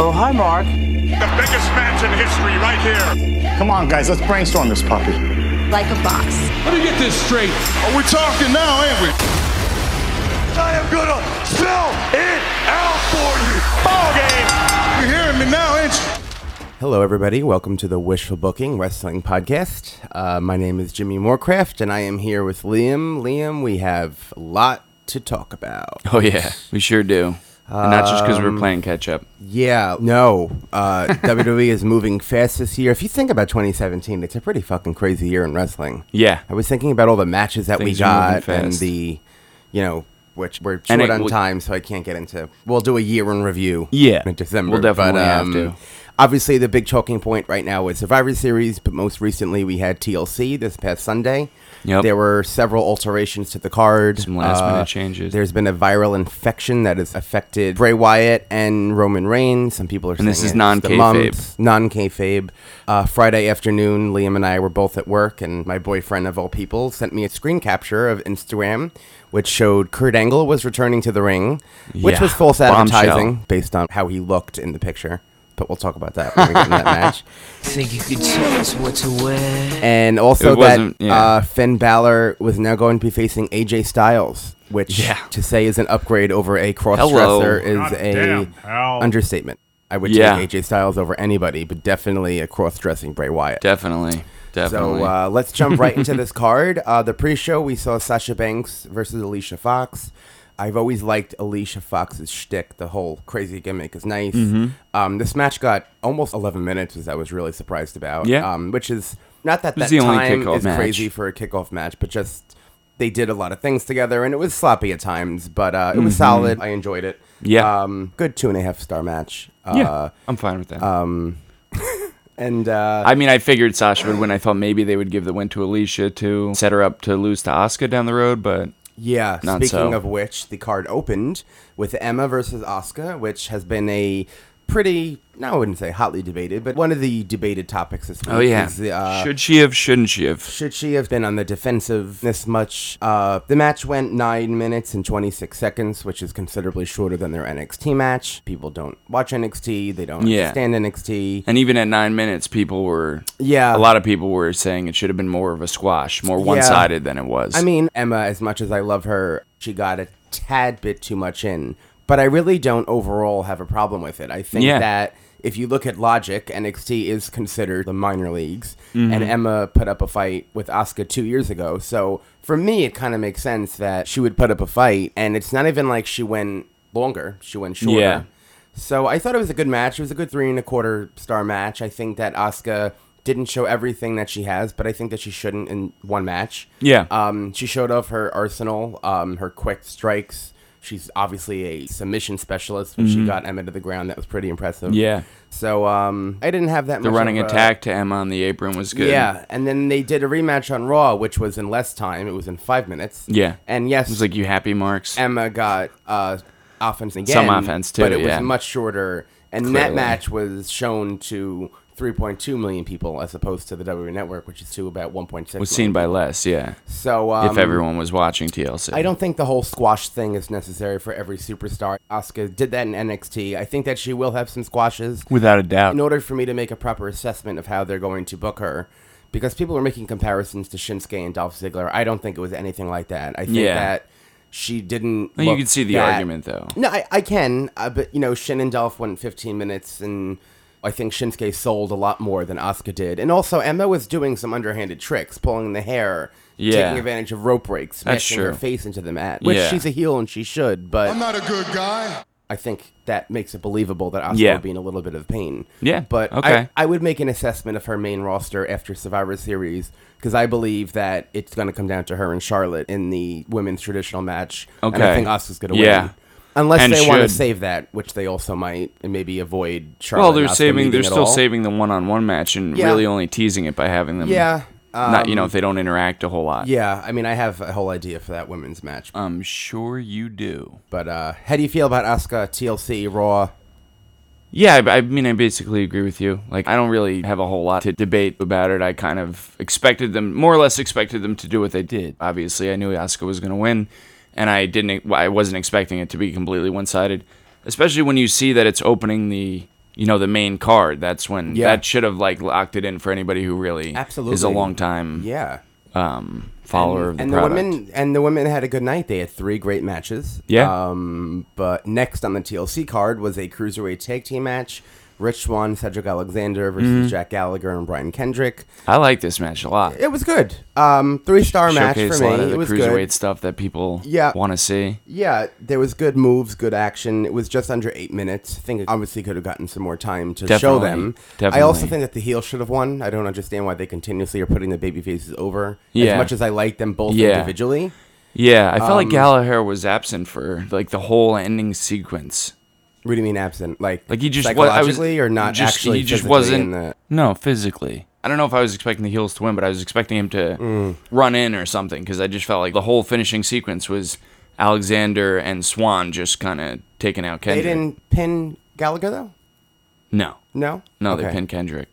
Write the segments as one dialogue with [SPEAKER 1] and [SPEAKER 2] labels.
[SPEAKER 1] Oh, hi, Mark.
[SPEAKER 2] The biggest match in history right here.
[SPEAKER 3] Come on, guys, let's brainstorm this puppy.
[SPEAKER 4] like a box.
[SPEAKER 5] Let me get this straight.
[SPEAKER 2] Are we talking now, ain't we?
[SPEAKER 6] I am gonna spell it out
[SPEAKER 2] Ball
[SPEAKER 6] for you.
[SPEAKER 2] game.
[SPEAKER 6] You hearing me now, ain't you?
[SPEAKER 7] Hello, everybody. Welcome to the Wishful Booking Wrestling Podcast. Uh, my name is Jimmy Moorcraft, and I am here with Liam. Liam, we have a lot to talk about.
[SPEAKER 8] Oh yeah, we sure do. And not just
[SPEAKER 7] Um,
[SPEAKER 8] because we're playing catch up.
[SPEAKER 7] Yeah, no. Uh, WWE is moving fast this year. If you think about 2017, it's a pretty fucking crazy year in wrestling.
[SPEAKER 8] Yeah.
[SPEAKER 7] I was thinking about all the matches that we
[SPEAKER 8] Things are moving
[SPEAKER 7] got and
[SPEAKER 8] fast.
[SPEAKER 7] the, you know, which we're
[SPEAKER 8] And
[SPEAKER 7] short
[SPEAKER 8] it
[SPEAKER 7] on
[SPEAKER 8] will-
[SPEAKER 7] time, so I can't get into. We'll do a year in review.
[SPEAKER 8] Yeah.
[SPEAKER 7] in December.
[SPEAKER 8] We'll definitely
[SPEAKER 7] but,
[SPEAKER 8] have
[SPEAKER 7] um,
[SPEAKER 8] to.
[SPEAKER 7] Obviously, the big choking point right now is Survivor Series, but most recently we had TLC this past Sunday.
[SPEAKER 8] Yep.
[SPEAKER 7] There were several alterations to the card. Uh,
[SPEAKER 8] Some last-minute changes.
[SPEAKER 7] There's been a viral infection that has affected Bray Wyatt and Roman Reigns. Some people are
[SPEAKER 8] And this
[SPEAKER 7] saying
[SPEAKER 8] is
[SPEAKER 7] it's
[SPEAKER 8] non-kayfabe.
[SPEAKER 7] the mumps non kayfabe. Uh, Friday afternoon, Liam and I were both at work, and my boyfriend of all people sent me a screen capture of Instagram, which showed Kurt Angle was returning to the ring, which
[SPEAKER 8] Yeah.
[SPEAKER 7] was false
[SPEAKER 8] Bombshell.
[SPEAKER 7] advertising based on how he looked in the picture. But we'll talk about that when we get in that match.
[SPEAKER 1] Think you could tell us what to wear?
[SPEAKER 7] And
[SPEAKER 8] It
[SPEAKER 7] also that
[SPEAKER 8] wasn't- yeah.
[SPEAKER 7] uh, Finn Balor was now going to be facing AJ Styles, which
[SPEAKER 8] Yeah.
[SPEAKER 7] to say is an upgrade over a
[SPEAKER 8] Hello.
[SPEAKER 7] crossdresser is
[SPEAKER 2] God
[SPEAKER 7] a
[SPEAKER 2] damn, pal.
[SPEAKER 7] understatement. I would
[SPEAKER 8] Yeah.
[SPEAKER 7] take AJ Styles over anybody, but definitely a cross-dressing Bray Wyatt.
[SPEAKER 8] Definitely. Definitely.
[SPEAKER 7] So uh, let's jump right into this card. Uh, the pre-show we saw Sasha Banks versus Alicia Fox. I've always liked Alicia Fox's shtick. The whole crazy gimmick is nice.
[SPEAKER 8] Mm-hmm.
[SPEAKER 7] Um, this match got almost 11 minutes, which I was really surprised about.
[SPEAKER 8] Yeah.
[SPEAKER 7] Um, which is not that that
[SPEAKER 8] was the only
[SPEAKER 7] time
[SPEAKER 8] kickoff
[SPEAKER 7] is
[SPEAKER 8] match.
[SPEAKER 7] crazy for a kickoff match, but just they did a lot of things together, and it was sloppy at times, but uh, it was solid. I enjoyed it.
[SPEAKER 8] Mm-hmm. Yeah.
[SPEAKER 7] Um, good two and a half star match. Uh,
[SPEAKER 8] yeah, I'm fine with that.
[SPEAKER 7] And uh,
[SPEAKER 8] I mean, I figured Sasha would win. I thought maybe they would give the win to Alicia to set her up to lose to Asuka down the road, but
[SPEAKER 7] Yeah.
[SPEAKER 8] Not
[SPEAKER 7] speaking
[SPEAKER 8] so.
[SPEAKER 7] of which, the card opened with Emma versus Asuka, which has been a pretty, no, I wouldn't say hotly debated, but one of the debated topics this week.
[SPEAKER 8] oh yeah,
[SPEAKER 7] is the, uh,
[SPEAKER 8] should
[SPEAKER 7] should.
[SPEAKER 8] she have? Shouldn't she have?
[SPEAKER 7] she have been on the defensive this much? Uh, the match went 9 minutes and 26 seconds, which is considerably shorter than their NXT match. People don't watch NXT, they don't
[SPEAKER 8] Yeah.
[SPEAKER 7] understand NXT.
[SPEAKER 8] And even at nine minutes, people were
[SPEAKER 7] Yeah.
[SPEAKER 8] A lot of people were saying it should have been more of a squash, more one sided than it was.
[SPEAKER 7] I mean, Emma, as much as I love her, she got a tad bit too much in. But I really don't overall have a problem with it. I think
[SPEAKER 8] Yeah.
[SPEAKER 7] that if you look at logic, NXT is considered the minor leagues,
[SPEAKER 8] Mm-hmm.
[SPEAKER 7] and Emma put up a fight with Asuka two years ago. So for me, it kind of makes sense that she would put up a fight, and it's not even like she went longer; she went shorter.
[SPEAKER 8] Yeah.
[SPEAKER 7] So I thought it was a good match. It was a good three and a quarter star match. I think that Asuka didn't show everything that she has, but I think that she shouldn't in one match.
[SPEAKER 8] Yeah.
[SPEAKER 7] Um, she showed off her arsenal, um, her quick strikes. She's obviously a submission specialist. When she got Emma to the ground, that was pretty impressive.
[SPEAKER 8] Mm-hmm. Yeah.
[SPEAKER 7] So um, I didn't have that.
[SPEAKER 8] the
[SPEAKER 7] much
[SPEAKER 8] running
[SPEAKER 7] of a-
[SPEAKER 8] attack to Emma on the apron was good.
[SPEAKER 7] Yeah, and then they did a rematch on Raw, which was in less time. It was in five minutes.
[SPEAKER 8] yeah.
[SPEAKER 7] And yes,
[SPEAKER 8] it was like you happy marks.
[SPEAKER 7] Emma got uh, offense again.
[SPEAKER 8] Some offense, too,
[SPEAKER 7] but it
[SPEAKER 8] yeah.
[SPEAKER 7] was much shorter. And that
[SPEAKER 8] Clearly.
[SPEAKER 7] match was shown to 3.2 million people, as opposed to the WWE Network, which is to about 1.6.
[SPEAKER 8] was seen by less. Yeah.
[SPEAKER 7] So um,
[SPEAKER 8] if everyone was watching TLC.
[SPEAKER 7] I don't think the whole squash thing is necessary for every superstar. Asuka did that in NXT. I think that she will have some squashes
[SPEAKER 8] without a doubt.
[SPEAKER 7] in order for me to make a proper assessment of how they're going to book her. Because people are making comparisons to Shinsuke and Dolph Ziggler. I don't think it was anything like that. I think
[SPEAKER 8] Yeah.
[SPEAKER 7] that she didn't.
[SPEAKER 8] Well, you
[SPEAKER 7] look
[SPEAKER 8] could see the
[SPEAKER 7] that-
[SPEAKER 8] argument, though.
[SPEAKER 7] No, I, I can, uh, but you know, Shin and Dolph went 15 minutes, and I think Shinsuke sold a lot more than Asuka did. And also, Emma was doing some underhanded tricks, pulling the hair,
[SPEAKER 8] Yeah.
[SPEAKER 7] taking advantage of rope breaks,
[SPEAKER 8] That's
[SPEAKER 7] smashing her
[SPEAKER 8] true.
[SPEAKER 7] face into the mat. Which
[SPEAKER 8] Yeah.
[SPEAKER 7] she's a heel and she should, but
[SPEAKER 6] I'm not a good guy.
[SPEAKER 7] I think that makes it believable that Asuka
[SPEAKER 8] Yeah.
[SPEAKER 7] would be in a little bit of pain.
[SPEAKER 8] Yeah,
[SPEAKER 7] But
[SPEAKER 8] okay.
[SPEAKER 7] I, I would make an assessment of her main roster after Survivor Series because I believe that it's going to come down to her and Charlotte in the women's traditional match. And I
[SPEAKER 8] Okay.
[SPEAKER 7] think Asuka's going to
[SPEAKER 8] Yeah.
[SPEAKER 7] win. Unless
[SPEAKER 8] And
[SPEAKER 7] they want to
[SPEAKER 8] should.
[SPEAKER 7] save that, which they also might, and maybe avoid Charlotte.
[SPEAKER 8] well,
[SPEAKER 7] and
[SPEAKER 8] they're
[SPEAKER 7] Asuka
[SPEAKER 8] saving.
[SPEAKER 7] meeting
[SPEAKER 8] They're
[SPEAKER 7] at
[SPEAKER 8] still
[SPEAKER 7] all.
[SPEAKER 8] saving the one-on-one match and
[SPEAKER 7] Yeah.
[SPEAKER 8] really only teasing it by having them.
[SPEAKER 7] Yeah. um,
[SPEAKER 8] not you know if they don't interact a whole lot.
[SPEAKER 7] Yeah, I mean, I have a whole idea for that women's match.
[SPEAKER 8] I'm sure you do.
[SPEAKER 7] But uh, how do you feel about Asuka, TLC, Raw?
[SPEAKER 8] Yeah, I, I mean, I basically agree with you. Like, I don't really have a whole lot to debate about it. I kind of expected them, more or less, expected them to do what they did. Obviously, I knew Asuka was going to win, and I didn't. well, I wasn't expecting it to be completely one-sided, especially when you see that it's opening the you know, the main card. That's when
[SPEAKER 7] Yeah.
[SPEAKER 8] that should have like locked it in for anybody who really is a
[SPEAKER 7] Absolutely.
[SPEAKER 8] long time
[SPEAKER 7] Yeah.
[SPEAKER 8] um, follower of the
[SPEAKER 7] Mm, and
[SPEAKER 8] product.
[SPEAKER 7] women and the women had a good night. They had three great matches.
[SPEAKER 8] Yeah.
[SPEAKER 7] Um, but next on the TLC card was a cruiserweight tag team match: Rich Swan, Cedric Alexander versus
[SPEAKER 8] Mm-hmm.
[SPEAKER 7] Jack Gallagher and Brian Kendrick.
[SPEAKER 8] I like this match a lot.
[SPEAKER 7] It was good. Um, three star match for me.
[SPEAKER 8] Showcase a lot of the
[SPEAKER 7] it was
[SPEAKER 8] cruiserweight
[SPEAKER 7] good.
[SPEAKER 8] stuff that people
[SPEAKER 7] Yeah.
[SPEAKER 8] want to see.
[SPEAKER 7] Yeah, there was good moves, good action. It was just under eight minutes. I think it obviously could have gotten some more time to show
[SPEAKER 8] Definitely,
[SPEAKER 7] them. I
[SPEAKER 8] definitely.
[SPEAKER 7] also think that the heel should have won. I don't understand why they continuously are putting the baby faces over.
[SPEAKER 8] Yeah.
[SPEAKER 7] As much as I like them both
[SPEAKER 8] Yeah.
[SPEAKER 7] individually.
[SPEAKER 8] Yeah, I felt
[SPEAKER 7] Um,
[SPEAKER 8] like Gallagher was absent for like the whole ending sequence.
[SPEAKER 7] What do you mean absent? Like,
[SPEAKER 8] Like he just wa- I was,
[SPEAKER 7] psychologically or not
[SPEAKER 8] just-
[SPEAKER 7] actually
[SPEAKER 8] He just
[SPEAKER 7] physically
[SPEAKER 8] wasn't.
[SPEAKER 7] in the-
[SPEAKER 8] No, physically. I don't know if I was expecting the heels to win, but I was expecting him to
[SPEAKER 7] Mm.
[SPEAKER 8] run in or something because I just felt like the whole finishing sequence was Alexander and Swan just kind of taking out
[SPEAKER 7] They
[SPEAKER 8] Kendrick.
[SPEAKER 7] didn't pin Gallagher though.
[SPEAKER 8] No,
[SPEAKER 7] No.
[SPEAKER 8] no,
[SPEAKER 7] okay.
[SPEAKER 8] they pinned Kendrick.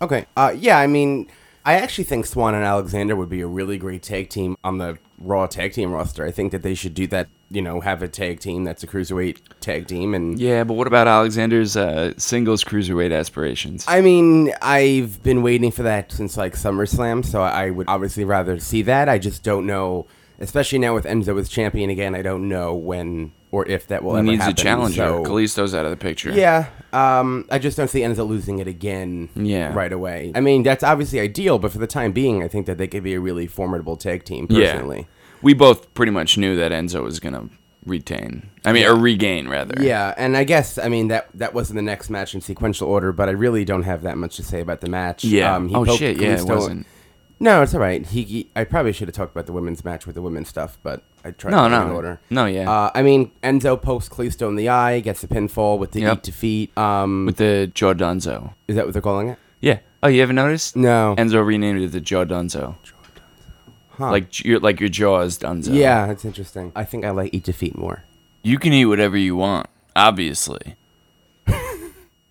[SPEAKER 7] Okay. Uh, yeah, I mean, I actually think Swan and Alexander would be a really great tag team on the Raw tag team roster. I think that they should do that. You know, have a tag team that's a cruiserweight tag team, and
[SPEAKER 8] Yeah, but what about Alexander's uh, singles cruiserweight aspirations?
[SPEAKER 7] I mean, I've been waiting for that since like SummerSlam, so I would obviously rather see that. I just don't know, especially now with Enzo as champion again. I don't know when or if that will
[SPEAKER 8] he
[SPEAKER 7] ever
[SPEAKER 8] needs
[SPEAKER 7] happen,
[SPEAKER 8] a challenger.
[SPEAKER 7] so-
[SPEAKER 8] Kalisto's out of the picture.
[SPEAKER 7] Yeah, um, I just don't see Enzo losing it again.
[SPEAKER 8] Yeah.
[SPEAKER 7] right away. I mean, that's obviously ideal, but for the time being, I think that they could be a really formidable tag team. Personally,
[SPEAKER 8] Yeah. We both pretty much knew that Enzo was going to retain. I mean, or regain, rather.
[SPEAKER 7] yeah. and I guess I mean that that wasn't the next match in sequential order, but I really don't have that much to say about the match. Um,
[SPEAKER 8] Yeah.
[SPEAKER 7] he
[SPEAKER 8] oh,
[SPEAKER 7] poked
[SPEAKER 8] shit. Yeah, it
[SPEAKER 7] Kalisto-
[SPEAKER 8] wasn't.
[SPEAKER 7] No, it's all right. He, he- I probably should have talked about the women's match with the women's stuff, but I tried
[SPEAKER 8] No,
[SPEAKER 7] to go
[SPEAKER 8] no.
[SPEAKER 7] in order.
[SPEAKER 8] No, yeah.
[SPEAKER 7] Uh, I mean, Enzo pokes Kalisto in the eye, gets the pinfall with the
[SPEAKER 8] Yep.
[SPEAKER 7] eat defeat. Um,
[SPEAKER 8] With the Jordanzo.
[SPEAKER 7] is that what they're calling it?
[SPEAKER 8] Yeah. Oh, you haven't noticed?
[SPEAKER 7] No.
[SPEAKER 8] Enzo renamed it the Jordanzo. Like, j- your, like your jaw is Dunzo.
[SPEAKER 7] Yeah, it's interesting. I think I like eat defeat more.
[SPEAKER 8] You can eat whatever you want, obviously.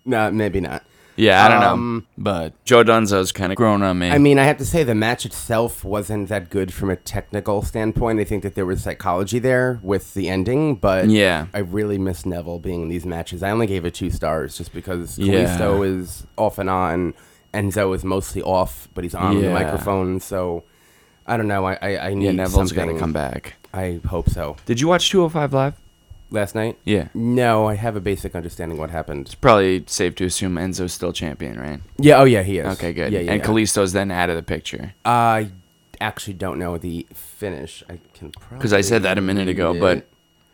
[SPEAKER 7] No, maybe not.
[SPEAKER 8] Yeah, I don't
[SPEAKER 7] Um,
[SPEAKER 8] know. But Jordanzo's kind of grown on me.
[SPEAKER 7] I mean, I have to say the match itself wasn't that good from a technical standpoint. I think that there was psychology there with the ending, but
[SPEAKER 8] Yeah.
[SPEAKER 7] I really miss Neville being in these matches. I only gave it two stars just because
[SPEAKER 8] Yeah.
[SPEAKER 7] Kalisto is off and on, Enzo is mostly off, but he's on the
[SPEAKER 8] Yeah.
[SPEAKER 7] microphone. So I don't know. I I, I need
[SPEAKER 8] yeah, Neville's got
[SPEAKER 7] something.
[SPEAKER 8] to come back.
[SPEAKER 7] I hope so.
[SPEAKER 8] Did you watch 205 Live?
[SPEAKER 7] Last night.
[SPEAKER 8] Yeah.
[SPEAKER 7] No, I have a basic understanding what happened.
[SPEAKER 8] Probably safe to assume Enzo's still champion, right?
[SPEAKER 7] Yeah. Oh, yeah. He is.
[SPEAKER 8] Okay, good.
[SPEAKER 7] Yeah. yeah
[SPEAKER 8] and
[SPEAKER 7] yeah.
[SPEAKER 8] Kalisto's then out of the picture.
[SPEAKER 7] I actually don't know the finish. I can probably
[SPEAKER 8] Because I said that a minute ago,
[SPEAKER 7] read
[SPEAKER 8] but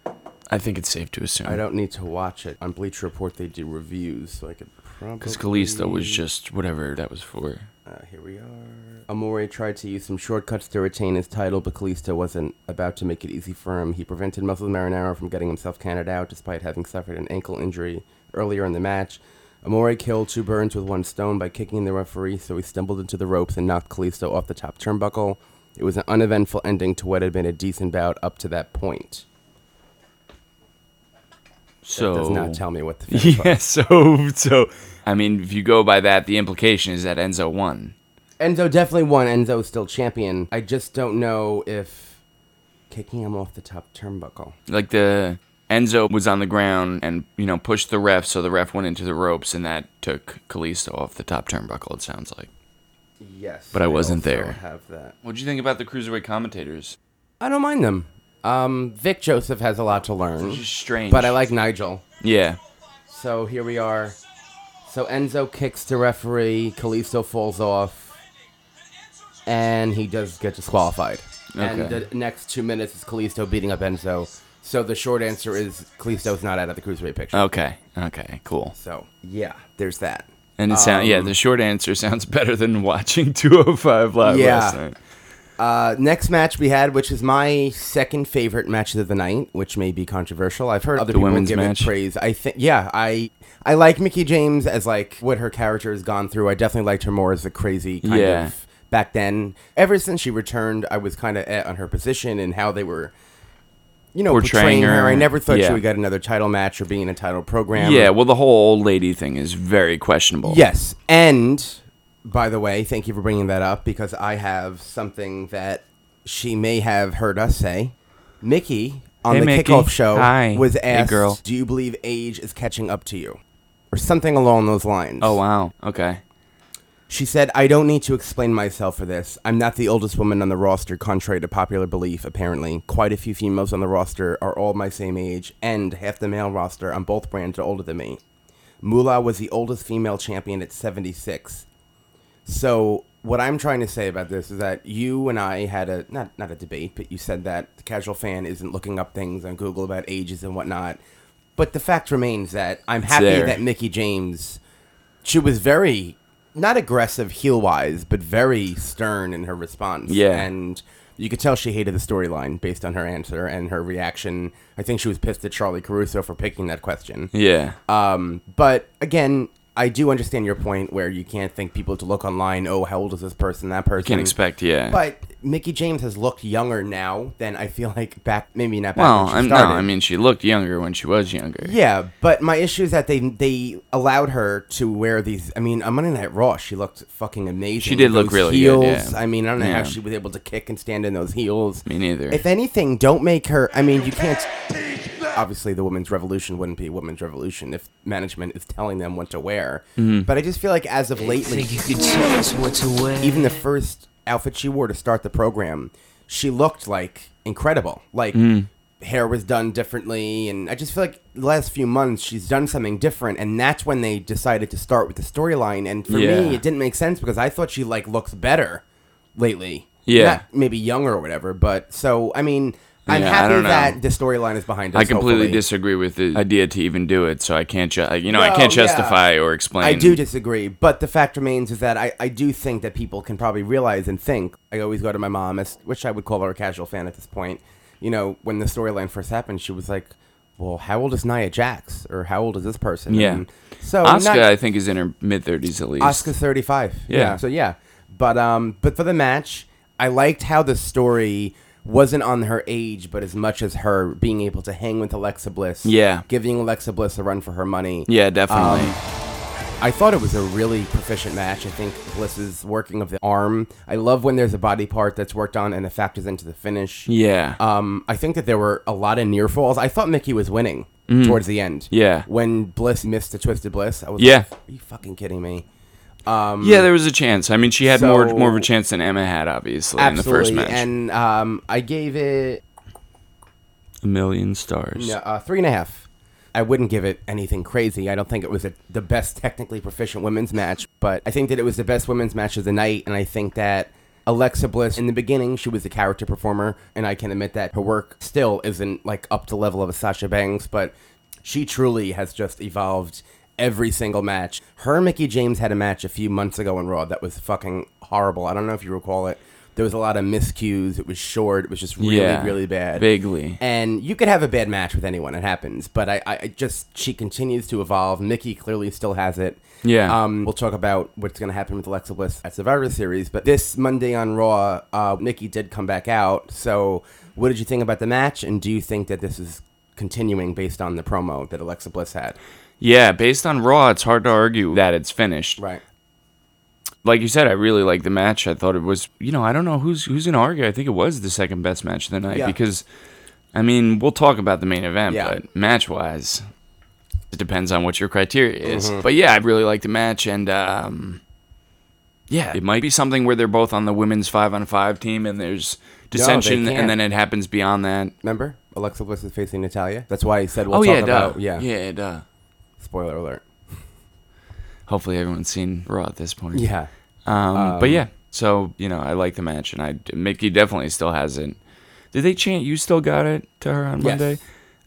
[SPEAKER 7] it.
[SPEAKER 8] I think it's safe to assume.
[SPEAKER 7] I don't need to watch it on Bleach Report. They do reviews, so I could probably.
[SPEAKER 8] Because Kalisto was just whatever that was for.
[SPEAKER 7] Uh, here we are. Amore tried to use some shortcuts to retain his title, but Kalisto wasn't about to make it easy for him. He prevented Muscle Marinaro from getting himself counted out, despite having suffered an ankle injury earlier in the match. Amore killed two burns with one stone by kicking the referee, so he stumbled into the ropes and knocked Kalisto off the top turnbuckle. It was an uneventful ending to what had been a decent bout up to that point.
[SPEAKER 8] So
[SPEAKER 7] Does not tell me what the finish
[SPEAKER 8] Yeah. So so. I mean, if you go by that, the implication is that Enzo won.
[SPEAKER 7] Enzo definitely won. Enzo's still champion. I just don't know if kicking him off the top turnbuckle.
[SPEAKER 8] Like the Enzo was on the ground and you know pushed the ref, so the ref went into the ropes, and that took Kalisto off the top turnbuckle. It sounds like.
[SPEAKER 7] Yes.
[SPEAKER 8] But I wasn't
[SPEAKER 7] also
[SPEAKER 8] there.
[SPEAKER 7] Have that.
[SPEAKER 8] What do you think about the cruiserweight commentators?
[SPEAKER 7] I don't mind them. Um, Vic Joseph has a lot to learn,
[SPEAKER 8] Just strange.
[SPEAKER 7] but I like Nigel.
[SPEAKER 8] Yeah.
[SPEAKER 7] So here we are. So Enzo kicks the referee. Kalisto falls off, and he does get disqualified. And
[SPEAKER 8] Okay.
[SPEAKER 7] the next two minutes is Kalisto beating up Enzo. So the short answer is Kalisto's not out of the cruiserweight picture.
[SPEAKER 8] Okay. Okay. Cool.
[SPEAKER 7] So yeah, there's that.
[SPEAKER 8] And it sound yeah,
[SPEAKER 7] Um,
[SPEAKER 8] the short answer sounds better than watching 205 live
[SPEAKER 7] Yeah.
[SPEAKER 8] last night.
[SPEAKER 7] Uh, next match we had, which is my second favorite match of the night, which may be controversial. I've heard other
[SPEAKER 8] The
[SPEAKER 7] people
[SPEAKER 8] women's
[SPEAKER 7] give
[SPEAKER 8] match?
[SPEAKER 7] it praise. I think, yeah, I I like Mickey James as like what her character has gone through. I definitely liked her more as a crazy kind
[SPEAKER 8] Yeah.
[SPEAKER 7] of back then. Ever since she returned, I was kind of eh on her position and how they were, you know,
[SPEAKER 8] Portraying
[SPEAKER 7] portraying, her.
[SPEAKER 8] her.
[SPEAKER 7] I never thought
[SPEAKER 8] Yeah.
[SPEAKER 7] she would get another title match or be in a title program.
[SPEAKER 8] Yeah, well, the whole old lady thing is very questionable.
[SPEAKER 7] Yes. And by the way, thank you for bringing that up because I have something that she may have heard us say. Mickey on
[SPEAKER 8] Hey,
[SPEAKER 7] the
[SPEAKER 8] Mickey.
[SPEAKER 7] kickoff show
[SPEAKER 8] Hi.
[SPEAKER 7] was
[SPEAKER 8] Hey,
[SPEAKER 7] asked,
[SPEAKER 8] girl.
[SPEAKER 7] "Do you believe age is catching up to you?" or something along those lines.
[SPEAKER 8] Oh wow. Okay.
[SPEAKER 7] She said, I don't need to explain myself for this. I'm not the oldest woman on the roster, contrary to popular belief, apparently. Quite a few females on the roster are all my same age, and half the male roster on both brands are older than me. Moolah was the oldest female champion at 76. So, what I'm trying to say about this is that you and I had a, not, not a debate, but you said that the casual fan isn't looking up things on Google about ages and whatnot. But the fact remains that I'm happy
[SPEAKER 8] there.
[SPEAKER 7] that Mickey James she was very not aggressive heel wise, but very stern in her response.
[SPEAKER 8] Yeah.
[SPEAKER 7] and you could tell she hated the storyline based on her answer and her reaction. I think she was pissed at Charlie Caruso for picking that question.
[SPEAKER 8] Yeah.
[SPEAKER 7] Um, but again, I do understand your point where you can't think people to look online. Oh, how old is this person? That person
[SPEAKER 8] Can't expect. Yeah.
[SPEAKER 7] But Mickey James has looked younger now than I feel like back. Maybe not back.
[SPEAKER 8] well,
[SPEAKER 7] when she
[SPEAKER 8] I'm, no,
[SPEAKER 7] started.
[SPEAKER 8] I mean she looked younger when she was younger.
[SPEAKER 7] Yeah, but my issue is that they they allowed her to wear these. I mean, on Monday Night Raw, she looked fucking amazing.
[SPEAKER 8] She did
[SPEAKER 7] with
[SPEAKER 8] look
[SPEAKER 7] those
[SPEAKER 8] really
[SPEAKER 7] heels.
[SPEAKER 8] good, yeah.
[SPEAKER 7] I mean, I don't know
[SPEAKER 8] Yeah.
[SPEAKER 7] how she was able to kick and stand in those heels.
[SPEAKER 8] Me neither.
[SPEAKER 7] If anything, don't make her. I mean, you can't. Obviously, the women's revolution wouldn't be a women's revolution if management is telling them what to wear.
[SPEAKER 8] Mm-hmm.
[SPEAKER 7] But I just feel like as of lately,
[SPEAKER 1] Think you could tell us what to wear?
[SPEAKER 7] even the first outfit she wore to start the program, she looked like incredible. Like
[SPEAKER 8] Mm.
[SPEAKER 7] hair was done differently, and I just feel like the last few months she's done something different, and that's when they decided to start with the storyline. And for
[SPEAKER 8] Yeah.
[SPEAKER 7] me, it didn't make sense because I thought she like looks better lately.
[SPEAKER 8] Yeah.
[SPEAKER 7] Not maybe younger or whatever, but so I mean. I'm
[SPEAKER 8] Yeah, I
[SPEAKER 7] happy
[SPEAKER 8] don't know.
[SPEAKER 7] that the storyline is behind us.
[SPEAKER 8] I completely
[SPEAKER 7] hopefully.
[SPEAKER 8] disagree with the idea to even do it, so I can't, ju- I- you know, I
[SPEAKER 7] No,
[SPEAKER 8] can't
[SPEAKER 7] yeah.
[SPEAKER 8] justify or explain.
[SPEAKER 7] I do disagree, but the fact remains is that I, I do think that people can probably realize and think. I always go to my mom, as, which I would call her a casual fan at this point. You know, when the storyline first happened, she was like, "Well, how old is Nia Jax, or how old is this person?"
[SPEAKER 8] Yeah.
[SPEAKER 7] oh, And so
[SPEAKER 8] Oscar,
[SPEAKER 7] not-
[SPEAKER 8] I think, is in her mid thirties at least.
[SPEAKER 7] Oscar's 35. Yeah.
[SPEAKER 8] Yeah.
[SPEAKER 7] So yeah. But um but for the match, I liked how the story wasn't on her age, but as much as her being able to hang with Alexa Bliss.
[SPEAKER 8] Yeah.
[SPEAKER 7] Giving Alexa Bliss a run for her money.
[SPEAKER 8] yeah, definitely.
[SPEAKER 7] Um, I thought it was a really proficient match. I think Bliss's working of the arm. I love when there's a body part that's worked on and it factors into the finish.
[SPEAKER 8] yeah,
[SPEAKER 7] Um, I think that there were a lot of near falls. I thought Mickey was winning towards the end.
[SPEAKER 8] Mm-hmm. Yeah.
[SPEAKER 7] When Bliss missed the Twisted Bliss, I was
[SPEAKER 8] Yeah.
[SPEAKER 7] like, are you fucking kidding me?
[SPEAKER 8] yeah. There was a chance. I mean, she had more
[SPEAKER 7] um, so-
[SPEAKER 8] more of a chance than Emma had, obviously,
[SPEAKER 7] Absolutely.
[SPEAKER 8] in the first match.
[SPEAKER 7] And um, I gave it
[SPEAKER 8] a million stars.
[SPEAKER 7] no, uh, three and a half. I wouldn't give it anything crazy. I don't think it was a, the best technically proficient women's match, but I think that it was the best women's match of the night. And I think that Alexa Bliss, in the beginning, she was a character performer, and I can admit that her work still isn't like up to level of a Sasha Banks, but she truly has just evolved every single match. Her and Mickey James had a match a few months ago in Raw that was fucking horrible. I don't know if you recall it. There was a lot of miscues. It was short. It was just really,
[SPEAKER 8] Yeah,
[SPEAKER 7] really bad.
[SPEAKER 8] vaguely.
[SPEAKER 7] And you could have a bad match with anyone, it happens. But I, I I just, she continues to evolve. Nikki clearly still has it.
[SPEAKER 8] Yeah.
[SPEAKER 7] Um, we'll talk about what's going to happen with Alexa Bliss at Survivor Series. But this Monday on Raw, uh, Nikki did come back out. So what did you think about the match? And do you think that this is continuing based on the promo that Alexa Bliss had?
[SPEAKER 8] Yeah, based on Raw, it's hard to argue that it's finished.
[SPEAKER 7] Right.
[SPEAKER 8] Like you said, I really liked the match. I thought it was, you know, I don't know who's who's gonna argue. I think it was the second best match of the night
[SPEAKER 7] Yeah.
[SPEAKER 8] because, I mean, we'll talk about the main event,
[SPEAKER 7] Yeah.
[SPEAKER 8] but match wise, it depends on what your criteria is.
[SPEAKER 7] Mm-hmm.
[SPEAKER 8] But yeah, I really liked the match, and um, yeah, it might be something where they're both on the women's five on five team, and there's dissension,
[SPEAKER 7] can't.
[SPEAKER 8] and then it happens beyond that.
[SPEAKER 7] Remember? Alexa Bliss is facing Natalia. That's why I said we'll
[SPEAKER 8] oh
[SPEAKER 7] talk
[SPEAKER 8] yeah,
[SPEAKER 7] about.
[SPEAKER 8] duh.
[SPEAKER 7] Yeah.
[SPEAKER 8] yeah, duh.
[SPEAKER 7] Spoiler alert.
[SPEAKER 8] Hopefully, everyone's seen Raw at this point.
[SPEAKER 7] Yeah.
[SPEAKER 8] Um, but yeah, so you know, I like the match, and I Mickey definitely still has it. Did they chant "You still got it" to her on
[SPEAKER 7] Yes.
[SPEAKER 8] Monday?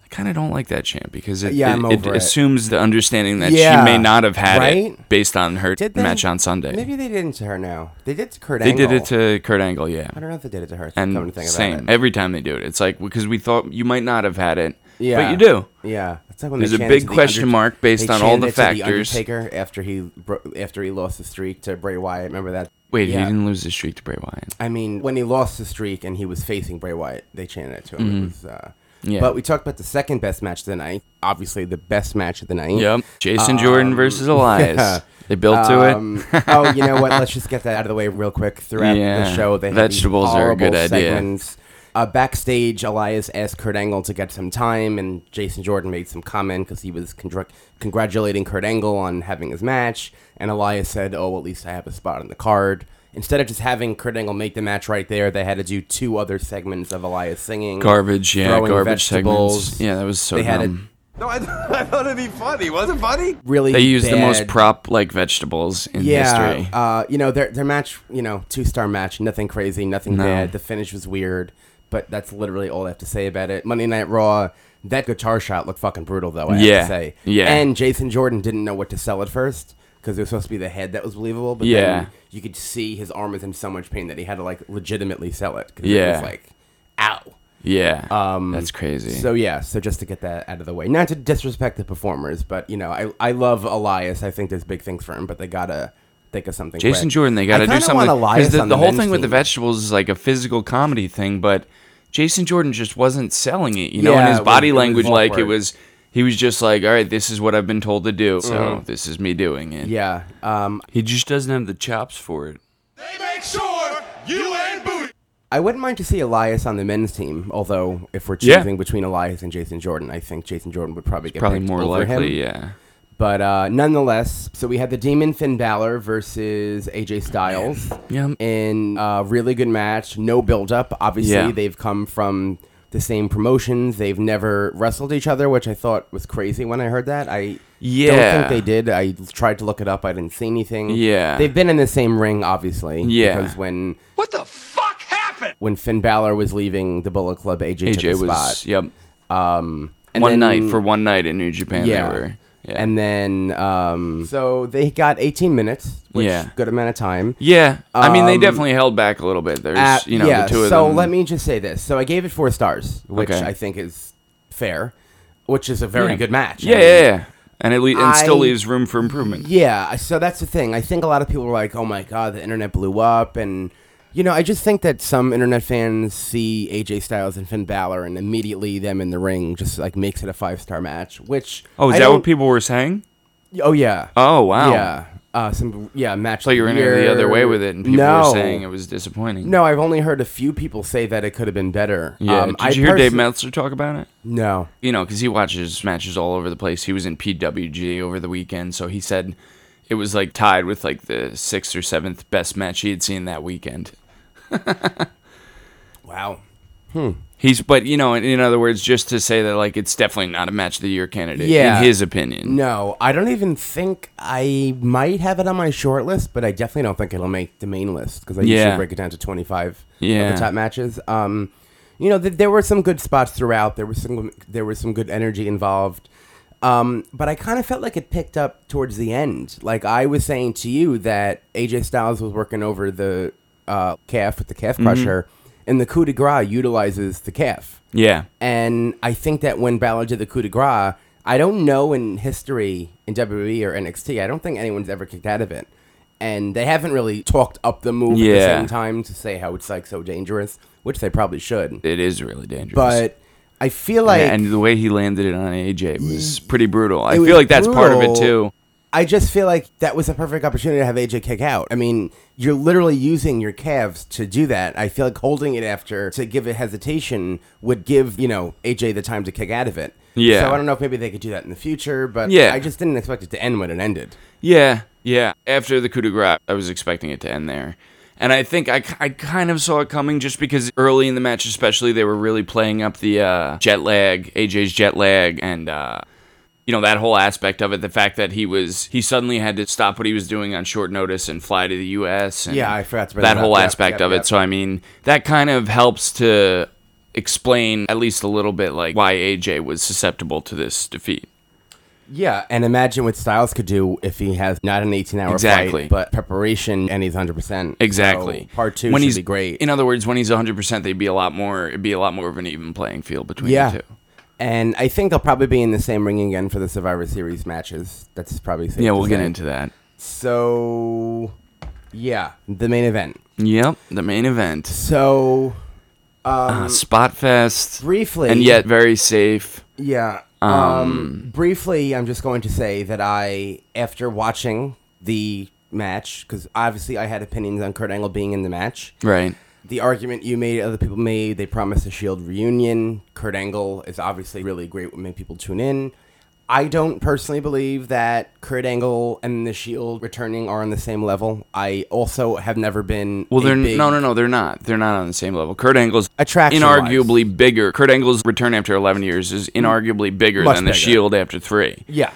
[SPEAKER 8] I kind of don't like that chant because it,
[SPEAKER 7] Yeah,
[SPEAKER 8] it,
[SPEAKER 7] I'm
[SPEAKER 8] it
[SPEAKER 7] over it.
[SPEAKER 8] assumes the understanding that
[SPEAKER 7] Yeah,
[SPEAKER 8] she may not have had
[SPEAKER 7] right?
[SPEAKER 8] it based on her
[SPEAKER 7] Did they?
[SPEAKER 8] match on Sunday.
[SPEAKER 7] Maybe they didn't to her now. They did to Kurt
[SPEAKER 8] they
[SPEAKER 7] Angle.
[SPEAKER 8] did it to Kurt Angle, yeah.
[SPEAKER 7] I don't know if they did it to her. come
[SPEAKER 8] And
[SPEAKER 7] to think
[SPEAKER 8] same
[SPEAKER 7] about it.
[SPEAKER 8] every time they do it, it's like because we thought you might not have had it,
[SPEAKER 7] Yeah,
[SPEAKER 8] but you do.
[SPEAKER 7] Yeah, it's like when
[SPEAKER 8] There's
[SPEAKER 7] they
[SPEAKER 8] a
[SPEAKER 7] chanted
[SPEAKER 8] big
[SPEAKER 7] to the
[SPEAKER 8] question
[SPEAKER 7] Undert-
[SPEAKER 8] mark based
[SPEAKER 7] they
[SPEAKER 8] on all
[SPEAKER 7] chanted
[SPEAKER 8] the
[SPEAKER 7] to
[SPEAKER 8] factors.
[SPEAKER 7] Undertaker after he bro- after he lost the streak to Bray Wyatt. Remember that?
[SPEAKER 8] Wait,
[SPEAKER 7] Yeah.
[SPEAKER 8] he didn't lose his streak to Bray Wyatt.
[SPEAKER 7] I mean, when he lost the streak and he was facing Bray Wyatt, they chanted it to him. It was, uh,
[SPEAKER 8] Mm-hmm. Yeah.
[SPEAKER 7] But we talked about the second best match of the night. Obviously, the best match of the night.
[SPEAKER 8] Yep, Jason Jordan versus Elias. They built to it.
[SPEAKER 7] Um, oh, you know what? Let's just get that out of the way real quick. Throughout
[SPEAKER 8] Yeah.
[SPEAKER 7] the show, they had
[SPEAKER 8] Vegetables
[SPEAKER 7] these
[SPEAKER 8] are a
[SPEAKER 7] horrible
[SPEAKER 8] good idea.
[SPEAKER 7] segments. Uh, backstage, Elias asked Kurt Angle to get some time, and Jason Jordan made some comment because he was congr- congratulating Kurt Angle on having his match. And Elias said, "Oh, at least I have a spot on the card." Instead of just having Kurt Angle make the match right there, they had to do two other segments of Elias singing.
[SPEAKER 8] Garbage, yeah,
[SPEAKER 7] throwing
[SPEAKER 8] garbage segments.
[SPEAKER 7] vegetables.
[SPEAKER 8] Yeah, that was so
[SPEAKER 7] They had a
[SPEAKER 8] dumb.
[SPEAKER 4] No, I, I thought it'd be funny. Wasn't funny?
[SPEAKER 7] really
[SPEAKER 8] They used the most
[SPEAKER 7] bad-
[SPEAKER 8] prop like vegetables in
[SPEAKER 7] yeah,
[SPEAKER 8] history.
[SPEAKER 7] uh, you know their their match, you know, two star match, nothing crazy, nothing
[SPEAKER 8] No.
[SPEAKER 7] bad. The finish was weird, but that's literally all I have to say about it. Monday Night Raw, that guitar shot looked fucking brutal, though. I
[SPEAKER 8] Yeah,
[SPEAKER 7] have to say,
[SPEAKER 8] yeah.
[SPEAKER 7] And Jason Jordan didn't know what to sell at first because it was supposed to be the head that was believable, but
[SPEAKER 8] Yeah.
[SPEAKER 7] then you could see his arm was in so much pain that he had to like legitimately sell it. 'cause it
[SPEAKER 8] Yeah.
[SPEAKER 7] was like, ow.
[SPEAKER 8] yeah, um, that's crazy.
[SPEAKER 7] So yeah, so just to get that out of the way, not to disrespect the performers, but you know, I I love Elias. I think there's big things for him, but they gotta think of something.
[SPEAKER 8] Jason
[SPEAKER 7] quick.
[SPEAKER 8] Jordan, they got to
[SPEAKER 7] I
[SPEAKER 8] do
[SPEAKER 7] kinda
[SPEAKER 8] something.
[SPEAKER 7] Want Elias
[SPEAKER 8] the,
[SPEAKER 7] on
[SPEAKER 8] the whole
[SPEAKER 7] men's
[SPEAKER 8] thing with the
[SPEAKER 7] team.
[SPEAKER 8] vegetables is like a physical comedy thing, but Jason Jordan just wasn't selling it, you know, and
[SPEAKER 7] Yeah,
[SPEAKER 8] his
[SPEAKER 7] it was-
[SPEAKER 8] body
[SPEAKER 7] it was
[SPEAKER 8] language, like it
[SPEAKER 7] awkward.
[SPEAKER 8] was, he was just like, all right, this is what I've been told to do, so this is me doing it.
[SPEAKER 7] Mm-hmm. Yeah, um,
[SPEAKER 8] He just doesn't have the chops for it.
[SPEAKER 2] They make sure you ain't booty.
[SPEAKER 7] I wouldn't mind to see Elias on the men's team. Although, if we're
[SPEAKER 8] Yeah.
[SPEAKER 7] choosing between Elias and Jason Jordan, I think Jason Jordan would probably get
[SPEAKER 8] Probably
[SPEAKER 7] picked
[SPEAKER 8] more
[SPEAKER 7] over
[SPEAKER 8] likely,
[SPEAKER 7] him.
[SPEAKER 8] yeah.
[SPEAKER 7] But uh, nonetheless, so we had the Demon Finn Balor versus AJ Styles
[SPEAKER 8] Yeah.
[SPEAKER 7] in a really good match. No build up. Obviously,
[SPEAKER 8] Yeah.
[SPEAKER 7] they've come from the same promotions. They've never wrestled each other, which I thought was crazy when I heard that. I
[SPEAKER 8] Yeah.
[SPEAKER 7] don't think they did. I tried to look it up. I didn't see anything.
[SPEAKER 8] Yeah.
[SPEAKER 7] They've been in the same ring, obviously.
[SPEAKER 8] Yeah.
[SPEAKER 7] Because when
[SPEAKER 6] What the fuck happened?
[SPEAKER 7] when Finn Balor was leaving the Bullet Club, AJ, took
[SPEAKER 8] AJ
[SPEAKER 7] his
[SPEAKER 8] was,
[SPEAKER 7] spot.
[SPEAKER 8] yep.
[SPEAKER 7] Um, and
[SPEAKER 8] one
[SPEAKER 7] then-
[SPEAKER 8] night, for one night in New Japan,
[SPEAKER 7] yeah.
[SPEAKER 8] they were. Yeah.
[SPEAKER 7] And then, um, so they got 18 minutes, which
[SPEAKER 8] Yeah.
[SPEAKER 7] good amount of time.
[SPEAKER 8] yeah, I mean, they
[SPEAKER 7] um,
[SPEAKER 8] definitely held back a little bit. There's,
[SPEAKER 7] Uh,
[SPEAKER 8] you know,
[SPEAKER 7] yeah,
[SPEAKER 8] the two of
[SPEAKER 7] so
[SPEAKER 8] them.
[SPEAKER 7] let me just say this. So I gave it four stars, which
[SPEAKER 8] Okay.
[SPEAKER 7] I think is fair, which is a very
[SPEAKER 8] Yeah.
[SPEAKER 7] good match. I
[SPEAKER 8] Yeah,
[SPEAKER 7] mean,
[SPEAKER 8] yeah, yeah. And it, le- and still
[SPEAKER 7] I-
[SPEAKER 8] leaves room for improvement.
[SPEAKER 7] Yeah, so that's the thing. I think a lot of people were like, "Oh my god, the internet blew up," and you know, I just think that some internet fans see AJ Styles and Finn Balor, and immediately them in the ring just like makes it a five star match. Which
[SPEAKER 8] Oh, is
[SPEAKER 7] I
[SPEAKER 8] that what
[SPEAKER 7] don't-
[SPEAKER 8] people were saying?
[SPEAKER 7] Oh yeah.
[SPEAKER 8] Oh wow!
[SPEAKER 7] Yeah. Uh, some yeah match.
[SPEAKER 8] So you were in it the other way with it, and people were saying it was disappointing.
[SPEAKER 7] No, I've only heard a few people say that it could have been better.
[SPEAKER 8] Yeah.
[SPEAKER 7] Um,
[SPEAKER 8] Did
[SPEAKER 7] I
[SPEAKER 8] you hear Dave
[SPEAKER 7] perso-
[SPEAKER 8] Meltzer talk about it?
[SPEAKER 7] No.
[SPEAKER 8] You know, because he watches matches all over the place. He was in PWG over the weekend, so he said it was like tied with like the sixth or seventh best match he had seen that weekend.
[SPEAKER 7] Wow.
[SPEAKER 8] He's, but you know, in, in other words, just to say that like it's definitely not a match of the year candidate
[SPEAKER 7] Yeah.
[SPEAKER 8] in his opinion.
[SPEAKER 7] No, I don't even think I might have it on my short list, but I definitely don't think it'll make the main list because I
[SPEAKER 8] Yeah.
[SPEAKER 7] usually break it down to 25 of
[SPEAKER 8] Yeah.
[SPEAKER 7] the top matches. Um, you know, th- there were some good spots throughout. There was some there was some good energy involved. Um, but I kind of felt like it picked up towards the end. Like I was saying to you that AJ Styles was working over the uh, calf with the
[SPEAKER 8] Mm-hmm.
[SPEAKER 7] calf crusher, and the coup de grace utilizes the calf.
[SPEAKER 8] Yeah.
[SPEAKER 7] And I think that when Balor did the coup de grace, I don't know in history in WWE or NXT, I don't think anyone's ever kicked out of it. And they haven't really talked up the move at
[SPEAKER 8] Yeah.
[SPEAKER 7] the same time to say how it's like so dangerous, which they probably should.
[SPEAKER 8] It is really dangerous.
[SPEAKER 7] But I feel like Mm.
[SPEAKER 8] Yeah, and the way he landed it on AJ was pretty brutal. I
[SPEAKER 7] it
[SPEAKER 8] feel
[SPEAKER 7] was
[SPEAKER 8] like that's part of it
[SPEAKER 7] brutal.
[SPEAKER 8] too.
[SPEAKER 7] I just feel like that was a perfect opportunity to have AJ kick out. I mean, you're literally using your calves to do that. I feel like holding it after to give it hesitation would give, you know, AJ the time to kick out of it.
[SPEAKER 8] Yeah.
[SPEAKER 7] So I don't know if maybe they could do that in the future, but
[SPEAKER 8] Yeah.
[SPEAKER 7] I just didn't expect it to end when it ended.
[SPEAKER 8] Yeah, yeah. After the coup de grace, I was expecting it to end there. And I think I, ki- I kind of saw it coming just because early in the match, especially, they were really playing up the uh, jet lag, AJ's jet lag, and, uh, you know, that whole aspect of it. The fact that he was, he suddenly had to stop what he was doing on short notice and fly to the U.S. And
[SPEAKER 7] Yeah, I forgot to bring
[SPEAKER 8] that
[SPEAKER 7] that
[SPEAKER 8] whole
[SPEAKER 7] up. Yep,
[SPEAKER 8] aspect
[SPEAKER 7] yep,
[SPEAKER 8] of it.
[SPEAKER 7] yep.
[SPEAKER 8] So, I mean, that kind of helps to explain at least a little bit, like, why AJ was susceptible to this defeat.
[SPEAKER 7] Yeah. And imagine what Styles could do if he has not an 18 hour
[SPEAKER 8] Exactly.
[SPEAKER 7] fight, but preparation and he's 100%.
[SPEAKER 8] Exactly.
[SPEAKER 7] So part two
[SPEAKER 8] when
[SPEAKER 7] should
[SPEAKER 8] he's
[SPEAKER 7] be great.
[SPEAKER 8] In other words, when he's 100, percent they'd be a lot more. It'd be a lot more of an even playing field between the
[SPEAKER 7] Yeah.
[SPEAKER 8] two.
[SPEAKER 7] And I think they'll probably be in the same ring again for the Survivor Series matches. That's probably safe
[SPEAKER 8] Yeah,
[SPEAKER 7] to
[SPEAKER 8] we'll get
[SPEAKER 7] say.
[SPEAKER 8] into that.
[SPEAKER 7] So, yeah, the main event.
[SPEAKER 8] Yep, the main event,
[SPEAKER 7] So,
[SPEAKER 8] uh, spot fest,
[SPEAKER 7] Um, briefly,
[SPEAKER 8] and yet very safe.
[SPEAKER 7] yeah. Um, briefly, I'm just going to say that I, after watching the match, because obviously I had opinions on Kurt Angle being in the match,
[SPEAKER 8] Right.
[SPEAKER 7] the argument you made, other people made. They promised a Shield reunion. Kurt Angle is obviously really great. What made people tune in. I don't personally believe that Kurt Angle and the Shield returning are on the same level. I also have never been.
[SPEAKER 8] Well,
[SPEAKER 7] a
[SPEAKER 8] they're
[SPEAKER 7] big-
[SPEAKER 8] no, no, no. They're not. They're not on the same level. Kurt Angle's
[SPEAKER 7] Attraction-wise. Mm-hmm.
[SPEAKER 8] inarguably bigger. Kurt Angle's return after 11 years is inarguably bigger
[SPEAKER 7] Much
[SPEAKER 8] than the
[SPEAKER 7] bigger.
[SPEAKER 8] Shield after three.
[SPEAKER 7] Yeah,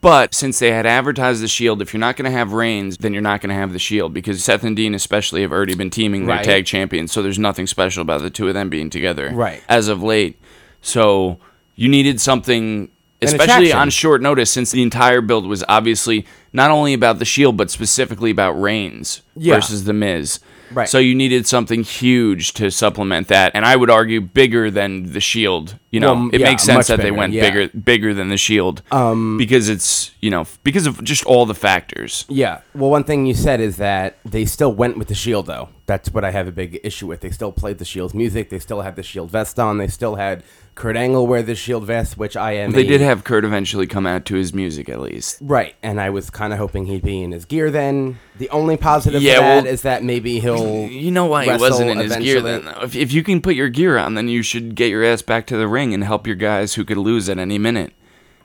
[SPEAKER 8] But since they had advertised the Shield, if you're not going to have Reigns, then you're not going to have the Shield because Seth and Dean especially have already been teaming their
[SPEAKER 7] Right.
[SPEAKER 8] tag champions. So there's nothing special about the two of them being together
[SPEAKER 7] Right.
[SPEAKER 8] as of late. So you needed something, especially
[SPEAKER 7] attraction.
[SPEAKER 8] on short notice, since the entire build was obviously not only about the Shield but specifically about Reigns
[SPEAKER 7] Yeah.
[SPEAKER 8] versus the Miz.
[SPEAKER 7] Right.
[SPEAKER 8] So you needed something huge to supplement that, and I would argue bigger than the Shield. You know,
[SPEAKER 7] Well, m-
[SPEAKER 8] it
[SPEAKER 7] yeah,
[SPEAKER 8] makes sense
[SPEAKER 7] much
[SPEAKER 8] that they
[SPEAKER 7] bigger,
[SPEAKER 8] went
[SPEAKER 7] yeah.
[SPEAKER 8] bigger bigger than the shield um, because it's you know because of just all the factors
[SPEAKER 7] yeah. Well, one thing you said is that they still went with the Shield, though. That's what I have a big issue with. They still played the Shield's music. They still had the Shield vest on. They still had Kurt Angle wear the Shield vest, which I am.
[SPEAKER 8] they
[SPEAKER 7] a-
[SPEAKER 8] did have kurt eventually come out to his music at least
[SPEAKER 7] Right, and I was kind of hoping he'd be in his gear then. The only positive
[SPEAKER 8] Yeah,
[SPEAKER 7] to that
[SPEAKER 8] well,
[SPEAKER 7] is that maybe he'll.
[SPEAKER 8] you know why he
[SPEAKER 7] wrestle
[SPEAKER 8] wasn't in his gear then
[SPEAKER 7] eventually.
[SPEAKER 8] though. If, if you can put your gear on then you should get your ass back to the ring and help your guys who could lose at any minute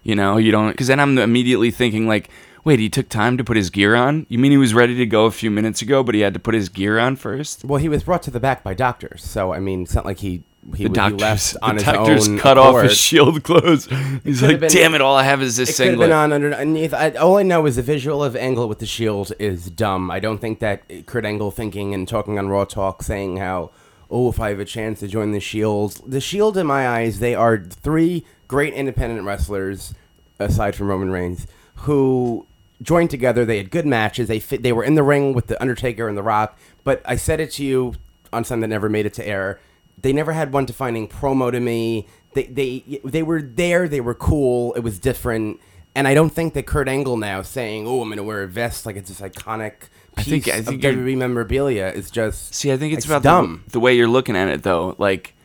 [SPEAKER 8] you know you don't because then i'm immediately thinking like wait he took time to put his gear on you mean he was ready to go a few minutes ago but he had to put his gear on first
[SPEAKER 7] Well, he was brought to the back by doctors, so I mean, it's not like he he,
[SPEAKER 8] the
[SPEAKER 7] would- he
[SPEAKER 8] doctors,
[SPEAKER 7] left on
[SPEAKER 8] the
[SPEAKER 7] his
[SPEAKER 8] doctors
[SPEAKER 7] own
[SPEAKER 8] cut off
[SPEAKER 7] accord.
[SPEAKER 8] his shield clothes. He's
[SPEAKER 7] could've
[SPEAKER 8] like,
[SPEAKER 7] been-
[SPEAKER 8] "Damn it! All I have is this
[SPEAKER 7] It could have
[SPEAKER 8] singlet."
[SPEAKER 7] been on underneath. I, all I know is the visual of Angle with the shield is dumb. I don't think that Kurt Angle thinking and talking on Raw Talk saying how, oh, if I have a chance to join the Shield. The Shield, in my eyes, they are three great independent wrestlers, aside from Roman Reigns, who joined together. They had good matches. They fit, They were in the ring with The Undertaker and The Rock. But I said it to you on something that never made it to air they never had one defining promo to me. They they they were there. They were cool. It was different. And I don't think that Kurt Angle now saying, "Oh, I'm going to wear a vest," like it's this iconic piece
[SPEAKER 8] think- I think
[SPEAKER 7] of
[SPEAKER 8] you're-
[SPEAKER 7] WWE memorabilia, is just.
[SPEAKER 8] See, I think it's, about
[SPEAKER 7] dumb.
[SPEAKER 8] The, the way you're looking at it, though. Like,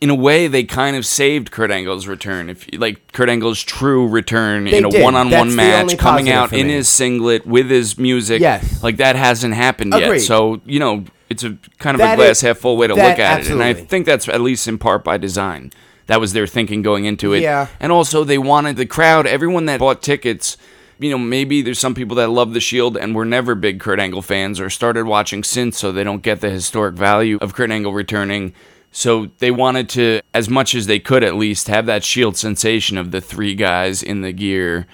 [SPEAKER 8] in a way, they kind of saved Kurt Angle's return. If you- like Kurt Angle's true return in a
[SPEAKER 7] did.
[SPEAKER 8] one-on-one
[SPEAKER 7] That's the
[SPEAKER 8] match,
[SPEAKER 7] only
[SPEAKER 8] coming
[SPEAKER 7] positive
[SPEAKER 8] out
[SPEAKER 7] for
[SPEAKER 8] in
[SPEAKER 7] me.
[SPEAKER 8] his singlet with his music,
[SPEAKER 7] Yes.
[SPEAKER 8] like that hasn't happened yet.
[SPEAKER 7] Agreed.
[SPEAKER 8] So you know, it's a kind of a
[SPEAKER 7] That
[SPEAKER 8] glass
[SPEAKER 7] is-
[SPEAKER 8] half full way to
[SPEAKER 7] that-
[SPEAKER 8] look at it, and I
[SPEAKER 7] absolutely.
[SPEAKER 8] think that's at least in part by design. That was their thinking going into it.
[SPEAKER 7] Yeah.
[SPEAKER 8] And also, they wanted the crowd, everyone that bought tickets. You know, maybe there's some people that love The Shield and were never big Kurt Angle fans or started watching since, so they don't get the historic value of Kurt Angle returning. So they wanted to, as much as they could at least, have that Shield sensation of the three guys in the gear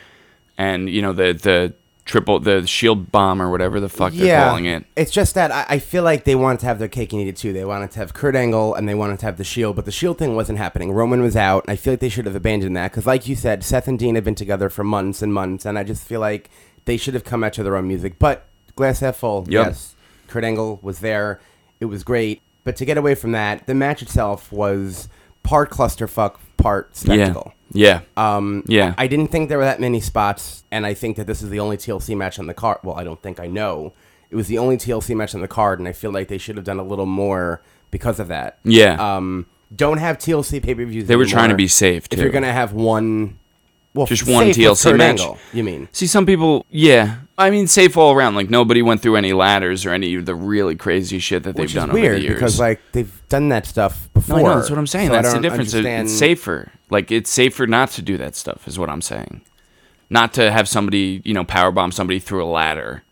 [SPEAKER 8] and, you know, the, the triple, the Shield bomb or whatever the fuck they're calling it.
[SPEAKER 7] It's just that I, I feel like they wanted to have their cake and eat it too. They wanted to have Kurt Angle and they wanted to have the Shield, but the Shield thing wasn't happening. Roman was out. I feel like they should have abandoned that because, like you said, Seth and Dean have been together for months and months, and I just feel like they should have come out to their own music. But glass half full.
[SPEAKER 8] Yep.
[SPEAKER 7] Yes, Kurt Angle was there. It was great. But to get away from that, the match itself was part clusterfuck, part spectacle.
[SPEAKER 8] Yeah. Yeah. Um, yeah.
[SPEAKER 7] I didn't think there were that many spots, and I think that this is the only TLC match on the card. Well, I don't think I know. It was the only TLC match on the card, and I feel like they should have done a little more because of that.
[SPEAKER 8] Yeah.
[SPEAKER 7] Um, don't have TLC pay per views.
[SPEAKER 8] They were trying to be safe,
[SPEAKER 7] If you're
[SPEAKER 8] too.
[SPEAKER 7] gonna have one, well,
[SPEAKER 8] Just
[SPEAKER 7] safe
[SPEAKER 8] one
[SPEAKER 7] with
[SPEAKER 8] TLC
[SPEAKER 7] Kurt
[SPEAKER 8] match.
[SPEAKER 7] Angle, you mean?
[SPEAKER 8] See, some people, yeah. I mean, safe all around. Like nobody went through any ladders or any of the really crazy shit that
[SPEAKER 7] Which
[SPEAKER 8] they've done
[SPEAKER 7] is weird
[SPEAKER 8] over the years.
[SPEAKER 7] because like they've done that stuff before.
[SPEAKER 8] no, I know, that's what I'm saying.
[SPEAKER 7] so I
[SPEAKER 8] that's the
[SPEAKER 7] don't
[SPEAKER 8] difference. It-
[SPEAKER 7] understand-
[SPEAKER 8] It's safer. Like it's safer not to do that stuff. Is what I'm saying. Not to have somebody, you know, powerbomb somebody through a ladder,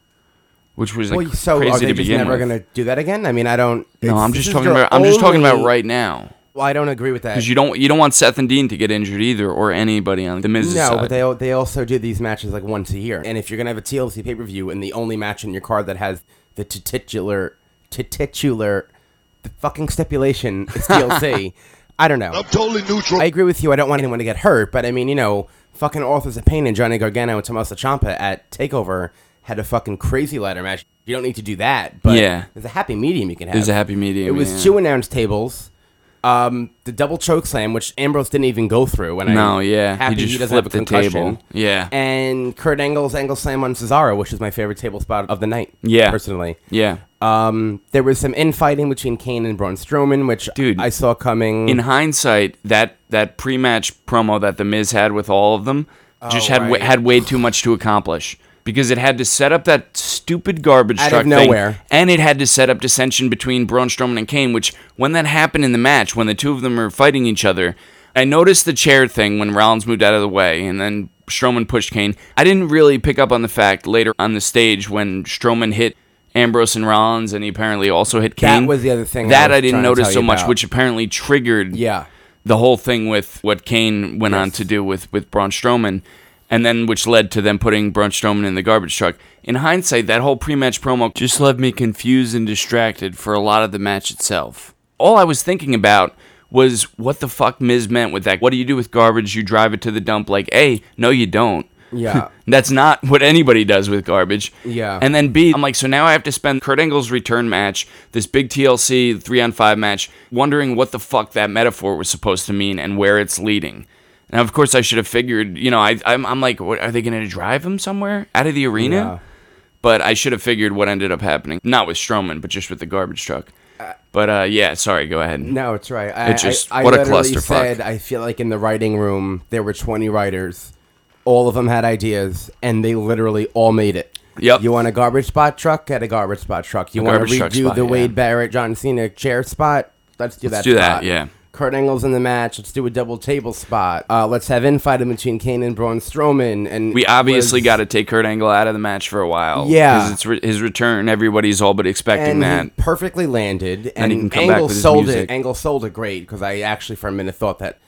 [SPEAKER 8] which was like
[SPEAKER 7] Well, so
[SPEAKER 8] crazy
[SPEAKER 7] are they
[SPEAKER 8] to
[SPEAKER 7] just
[SPEAKER 8] begin
[SPEAKER 7] never
[SPEAKER 8] with.
[SPEAKER 7] gonna do that again? I mean, I don't.
[SPEAKER 8] no,
[SPEAKER 7] it's-
[SPEAKER 8] I'm
[SPEAKER 7] this
[SPEAKER 8] just
[SPEAKER 7] is
[SPEAKER 8] talking
[SPEAKER 7] your
[SPEAKER 8] about. I'm just talking about
[SPEAKER 7] only-
[SPEAKER 8] right now
[SPEAKER 7] Well, I don't agree with that
[SPEAKER 8] because you don't you don't want Seth and Dean to get injured either, or anybody on the Miz's
[SPEAKER 7] No,
[SPEAKER 8] side.
[SPEAKER 7] but they al- they also do these matches like once a year. And if you're gonna have a TLC pay per view and the only match in your card that has the t- titular t- titular the fucking stipulation is TLC, I don't know.
[SPEAKER 2] Totally neutral.
[SPEAKER 7] I agree with you. I don't want anyone to get hurt, but I mean, you know, fucking Authors of Pain and Johnny Gargano and Tommaso Ciampa at Takeover had a fucking crazy ladder match. You don't need to do that, but
[SPEAKER 8] Yeah.
[SPEAKER 7] there's a happy medium you can have.
[SPEAKER 8] There's a happy medium,
[SPEAKER 7] It was
[SPEAKER 8] yeah.
[SPEAKER 7] two announce tables. Um, the double choke slam, which Ambrose didn't even go through. And
[SPEAKER 8] No,
[SPEAKER 7] I'm
[SPEAKER 8] yeah, he
[SPEAKER 7] happy
[SPEAKER 8] just
[SPEAKER 7] doesn't have a
[SPEAKER 8] flipped the table.
[SPEAKER 7] concussion.
[SPEAKER 8] Yeah.
[SPEAKER 7] and Kurt Angle's angle slam on Cesaro, which is my favorite table spot of the night.
[SPEAKER 8] Yeah.
[SPEAKER 7] personally.
[SPEAKER 8] yeah.
[SPEAKER 7] Um, there was some infighting between Kane and Braun Strowman, which
[SPEAKER 8] Dude,
[SPEAKER 7] I saw coming.
[SPEAKER 8] in hindsight, that that pre-match promo that the Miz had with all of them just had wa
[SPEAKER 7] Oh, right.
[SPEAKER 8] had way too much to accomplish. because it had to set up that stupid garbage
[SPEAKER 7] Out of
[SPEAKER 8] truck
[SPEAKER 7] nowhere.
[SPEAKER 8] thing, and it had to set up dissension between Braun Strowman and Kane. Which, when that happened in the match, when the two of them were fighting each other, I noticed the chair thing when Rollins moved out of the way, and then Strowman pushed Kane. I didn't really pick up on the fact later on the stage when Strowman hit. Ambrose and Rollins, and he apparently also hit
[SPEAKER 7] That
[SPEAKER 8] Kane.
[SPEAKER 7] was the other thing I
[SPEAKER 8] that
[SPEAKER 7] was
[SPEAKER 8] I, didn't
[SPEAKER 7] trying to
[SPEAKER 8] notice
[SPEAKER 7] tell
[SPEAKER 8] so
[SPEAKER 7] you
[SPEAKER 8] much,
[SPEAKER 7] about.
[SPEAKER 8] which apparently triggered
[SPEAKER 7] Yeah.
[SPEAKER 8] the whole thing with what Kane went on to do with with Braun Strowman, and then which led to them putting Braun Strowman in the garbage truck. In hindsight, that whole pre-match promo just left me confused and distracted for a lot of the match itself. All I was thinking about was what the fuck Miz meant with that. What do you do with garbage? You drive it to the dump? Like, a no, you don't.
[SPEAKER 7] Yeah.
[SPEAKER 8] That's not what anybody does with garbage.
[SPEAKER 7] Yeah.
[SPEAKER 8] And then B, I'm like, so now I have to spend Kurt Angle's return match, this big TLC three on five match, wondering what the fuck that metaphor was supposed to mean and where it's leading. And of course, I should have figured, you know, I, I'm, I'm like, what, are they going to drive him somewhere out of the arena?
[SPEAKER 7] Yeah.
[SPEAKER 8] But I should have figured what ended up happening. Not with Strowman, but just with the garbage truck. but uh, yeah, sorry, go ahead.
[SPEAKER 7] No, it's right. I,
[SPEAKER 8] It just-
[SPEAKER 7] I, I
[SPEAKER 8] what a
[SPEAKER 7] literally
[SPEAKER 8] clusterfuck.
[SPEAKER 7] Said, I feel like in the writing room there were twenty writers, all of them had ideas, and they literally all made it.
[SPEAKER 8] Yep.
[SPEAKER 7] You want a garbage spot truck? Get a garbage spot truck. You
[SPEAKER 8] A
[SPEAKER 7] want to
[SPEAKER 8] garbage truck
[SPEAKER 7] redo
[SPEAKER 8] spot,
[SPEAKER 7] the
[SPEAKER 8] yeah.
[SPEAKER 7] Wade Barrett John Cena chair spot? Let's do
[SPEAKER 8] Let's
[SPEAKER 7] that.
[SPEAKER 8] do that,
[SPEAKER 7] spot.
[SPEAKER 8] yeah.
[SPEAKER 7] Kurt Angle's in the match. Let's do a double table spot. Uh, let's have infighting between Kane and Braun Strowman. And
[SPEAKER 8] We
[SPEAKER 7] it
[SPEAKER 8] obviously
[SPEAKER 7] was-
[SPEAKER 8] got to take Kurt Angle out of the match for a while.
[SPEAKER 7] Yeah.
[SPEAKER 8] Because it's re- his return. Everybody's all but expecting
[SPEAKER 7] and
[SPEAKER 8] that.
[SPEAKER 7] he perfectly landed. And,
[SPEAKER 8] he can come back
[SPEAKER 7] Angle
[SPEAKER 8] with his
[SPEAKER 7] sold
[SPEAKER 8] music.
[SPEAKER 7] it. Angle sold it great because I actually for a minute thought that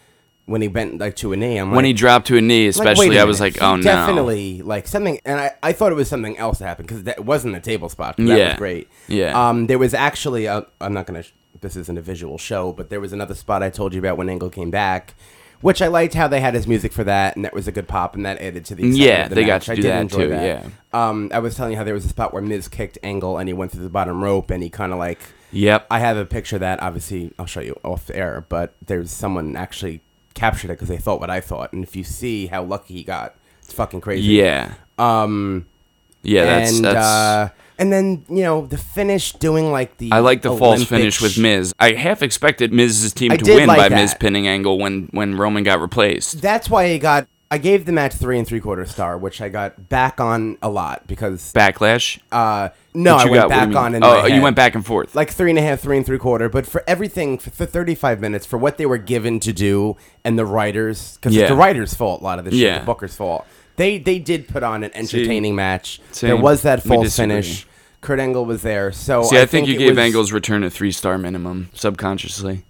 [SPEAKER 7] when he bent like to an A, I'm like,
[SPEAKER 8] when he dropped to a knee,
[SPEAKER 7] like, wait
[SPEAKER 8] especially,
[SPEAKER 7] a
[SPEAKER 8] I was like,
[SPEAKER 7] minute.
[SPEAKER 8] oh
[SPEAKER 7] He
[SPEAKER 8] no.
[SPEAKER 7] definitely like something. And I, I thought it was something else that happened because that wasn't a table spot. 'cause That
[SPEAKER 8] Yeah.
[SPEAKER 7] was great.
[SPEAKER 8] Yeah.
[SPEAKER 7] Um, there was actually a, I'm not gonna. Sh- this isn't a visual show, but there was another spot I told you about when Angle came back. Which I liked how they had his music for that, and that was a good pop, and that added to the excitement
[SPEAKER 8] Yeah,
[SPEAKER 7] of the
[SPEAKER 8] they got
[SPEAKER 7] match.
[SPEAKER 8] to
[SPEAKER 7] I
[SPEAKER 8] do
[SPEAKER 7] did
[SPEAKER 8] that
[SPEAKER 7] enjoy
[SPEAKER 8] too,
[SPEAKER 7] That.
[SPEAKER 8] yeah.
[SPEAKER 7] Um, I was telling you how there was a spot where Miz kicked Angle and he went through the bottom rope and he kind of like.
[SPEAKER 8] Yep.
[SPEAKER 7] I have a picture of that obviously I'll show you off the air, but there's someone actually captured it because they thought what I thought. And if you see how lucky he got, it's fucking crazy.
[SPEAKER 8] yeah. Um. Yeah, that's
[SPEAKER 7] and,
[SPEAKER 8] that's.
[SPEAKER 7] Uh, and then, you know, the finish doing like the.
[SPEAKER 8] I like the false
[SPEAKER 7] Olympic
[SPEAKER 8] finish with
[SPEAKER 7] sh-
[SPEAKER 8] Miz. I half expected Miz's team
[SPEAKER 7] I
[SPEAKER 8] to
[SPEAKER 7] did
[SPEAKER 8] win
[SPEAKER 7] like
[SPEAKER 8] by
[SPEAKER 7] that.
[SPEAKER 8] Miz pinning Angle when when Roman got replaced.
[SPEAKER 7] That's why I got. I gave the match three and three quarter star, which I got back on a lot because.
[SPEAKER 8] Backlash.
[SPEAKER 7] Uh, no,
[SPEAKER 8] But
[SPEAKER 7] I
[SPEAKER 8] you got- what
[SPEAKER 7] went
[SPEAKER 8] do you
[SPEAKER 7] back
[SPEAKER 8] mean?
[SPEAKER 7] on. In
[SPEAKER 8] oh,
[SPEAKER 7] my
[SPEAKER 8] you
[SPEAKER 7] head.
[SPEAKER 8] went back and forth.
[SPEAKER 7] like three and a half, three and three quarter, but for everything for, for 35 minutes for what they were given to do and the writers because
[SPEAKER 8] Yeah.
[SPEAKER 7] it's the writers' fault a lot of this shit,
[SPEAKER 8] Yeah.
[SPEAKER 7] the Booker's fault. They they did put on an entertaining match. There
[SPEAKER 8] same.
[SPEAKER 7] was that
[SPEAKER 8] We
[SPEAKER 7] false
[SPEAKER 8] disagree.
[SPEAKER 7] finish. Kurt Angle was there, so
[SPEAKER 8] See, I, think, you
[SPEAKER 7] it
[SPEAKER 8] gave
[SPEAKER 7] was-
[SPEAKER 8] Angle's return a three star minimum subconsciously.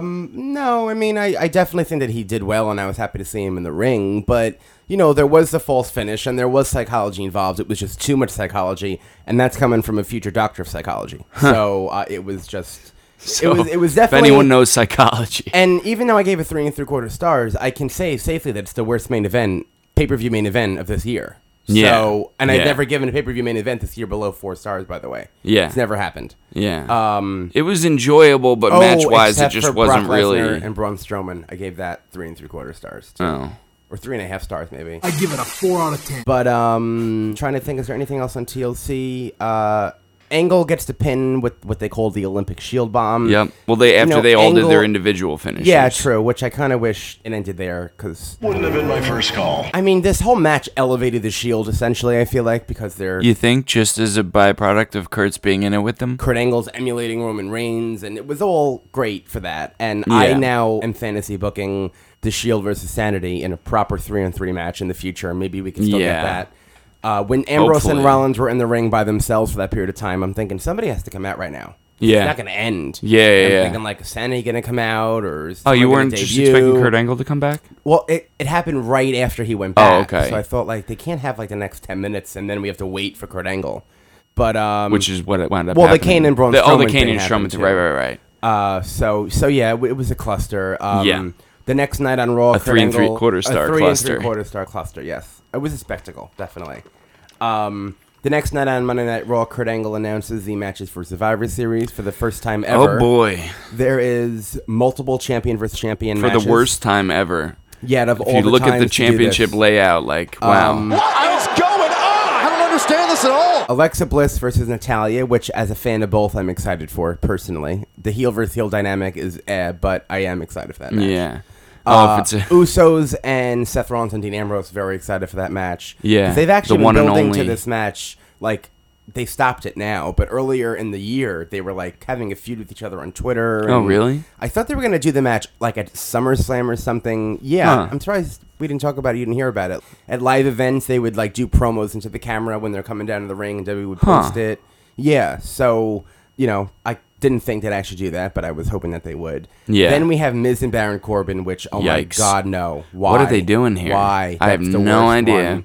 [SPEAKER 7] No, I mean, I, I definitely think that he did well, and I was happy to see him in the ring. But you know, there was the false finish, and there was psychology involved. It was just too much psychology, and that's coming from a future doctor of psychology. So uh, it was just. it was. It was definitely.
[SPEAKER 8] If anyone knows psychology,
[SPEAKER 7] And even though I gave it three and three quarter stars, I can say safely that it's the worst main event, pay per view main event of this year.
[SPEAKER 8] Yeah.
[SPEAKER 7] So, and I've
[SPEAKER 8] Yeah.
[SPEAKER 7] never given a pay per view main event this year below four stars. By the way,
[SPEAKER 8] Yeah.
[SPEAKER 7] it's never happened.
[SPEAKER 8] yeah, um, it was enjoyable, but match wise, it
[SPEAKER 7] Oh, except for
[SPEAKER 8] just
[SPEAKER 7] Brock
[SPEAKER 8] wasn't
[SPEAKER 7] Lesnar
[SPEAKER 8] really.
[SPEAKER 7] And Braun Strowman, I gave that three and three quarter stars, too.
[SPEAKER 8] oh.
[SPEAKER 7] or three and a half stars maybe.
[SPEAKER 1] I give it a four out of ten.
[SPEAKER 7] But um, trying to think, is there anything else on TLC? Uh, Angle gets to pin with what they call the Olympic Shield Bomb.
[SPEAKER 8] Yep. Well, they after
[SPEAKER 7] know,
[SPEAKER 8] they all did their
[SPEAKER 7] Angle-
[SPEAKER 8] individual finishes.
[SPEAKER 7] Yeah, true. Which I kind of wish it ended there because
[SPEAKER 3] Wouldn't have been my first call.
[SPEAKER 7] I mean, this whole match elevated the Shield essentially. I feel like because they're
[SPEAKER 8] You think just as a byproduct of Kurtz being in it with them?
[SPEAKER 7] Kurt Angle's emulating Roman Reigns, and it was all great for that. And I
[SPEAKER 8] Yeah.
[SPEAKER 7] now am fantasy booking the Shield versus Sanity in a proper three on three match in the future. Maybe we can still
[SPEAKER 8] Yeah.
[SPEAKER 7] get that. Uh, when Ambrose
[SPEAKER 8] Hopefully.
[SPEAKER 7] and Rollins were in the ring by themselves for that period of time, I'm thinking somebody has to come out right now.
[SPEAKER 8] Yeah.
[SPEAKER 7] it's not going to end.
[SPEAKER 8] Yeah, yeah,
[SPEAKER 7] I'm
[SPEAKER 8] yeah.
[SPEAKER 7] thinking like is Sanity going to come out or is
[SPEAKER 8] Oh, you
[SPEAKER 7] someone gonna
[SPEAKER 8] weren't just
[SPEAKER 7] debut?
[SPEAKER 8] expecting Kurt Angle to come back?
[SPEAKER 7] Well, it, it happened right after he went
[SPEAKER 8] Oh,
[SPEAKER 7] back.
[SPEAKER 8] okay.
[SPEAKER 7] So I thought like they can't have like the next ten minutes and then we have to wait for Kurt Angle. But um
[SPEAKER 8] Which is what it wound up.
[SPEAKER 7] Well, the
[SPEAKER 8] happening.
[SPEAKER 7] Kane and Braun
[SPEAKER 8] The, oh, the
[SPEAKER 7] Strowman
[SPEAKER 8] Kane
[SPEAKER 7] thing
[SPEAKER 8] and Strowman.
[SPEAKER 7] happened,
[SPEAKER 8] too.
[SPEAKER 7] too.
[SPEAKER 8] Right, right, right.
[SPEAKER 7] uh so so yeah, it, it was a cluster. Um
[SPEAKER 8] Yeah.
[SPEAKER 7] the next night on Raw,
[SPEAKER 8] A
[SPEAKER 7] Kurt
[SPEAKER 8] three and
[SPEAKER 7] Angle-
[SPEAKER 8] three-quarter star
[SPEAKER 7] a three
[SPEAKER 8] cluster.
[SPEAKER 7] and three quarter star cluster. Yes, it was a spectacle, definitely. Um, the next night on Monday Night Raw, Kurt Angle announces the matches for Survivor Series for the first time ever.
[SPEAKER 8] Oh boy,
[SPEAKER 7] There is multiple champion versus champion
[SPEAKER 8] for
[SPEAKER 7] matches.
[SPEAKER 8] the worst time ever.
[SPEAKER 7] yet of all
[SPEAKER 8] If you
[SPEAKER 7] the
[SPEAKER 8] look at the
[SPEAKER 7] times to do this.
[SPEAKER 8] championship layout, like wow,
[SPEAKER 6] What is going on? I don't understand this at all.
[SPEAKER 7] Alexa Bliss versus Natalia, which as a fan of both, I'm excited for personally. The heel versus heel dynamic is eh, but I am excited for that match.
[SPEAKER 8] yeah. Oh, if it's a-
[SPEAKER 7] Usos and Seth Rollins and Dean Ambrose. Very excited for that match.
[SPEAKER 8] Yeah,
[SPEAKER 7] 'Cause they've actually
[SPEAKER 8] the
[SPEAKER 7] been
[SPEAKER 8] one and
[SPEAKER 7] building to
[SPEAKER 8] only.
[SPEAKER 7] this match. Like they stopped it now, but earlier in the year they were like having a feud with each other on Twitter.
[SPEAKER 8] Oh,
[SPEAKER 7] and
[SPEAKER 8] really?
[SPEAKER 7] I thought they were gonna do the match like at SummerSlam or something. Yeah,
[SPEAKER 8] Huh.
[SPEAKER 7] I'm surprised we didn't talk about it. You didn't hear about it at live events. They would like do promos into the camera when they're coming down to the ring, and WWE would
[SPEAKER 8] Huh.
[SPEAKER 7] post it. Yeah, so you know, I didn't think they'd actually do that, but I was hoping that they would.
[SPEAKER 8] Yeah.
[SPEAKER 7] Then we have Miz and Baron Corbin, which oh my
[SPEAKER 8] Yikes.
[SPEAKER 7] god, no! Why?
[SPEAKER 8] What are they doing here?
[SPEAKER 7] Why?
[SPEAKER 8] I have
[SPEAKER 7] That's the
[SPEAKER 8] no
[SPEAKER 7] worst
[SPEAKER 8] idea.
[SPEAKER 7] one.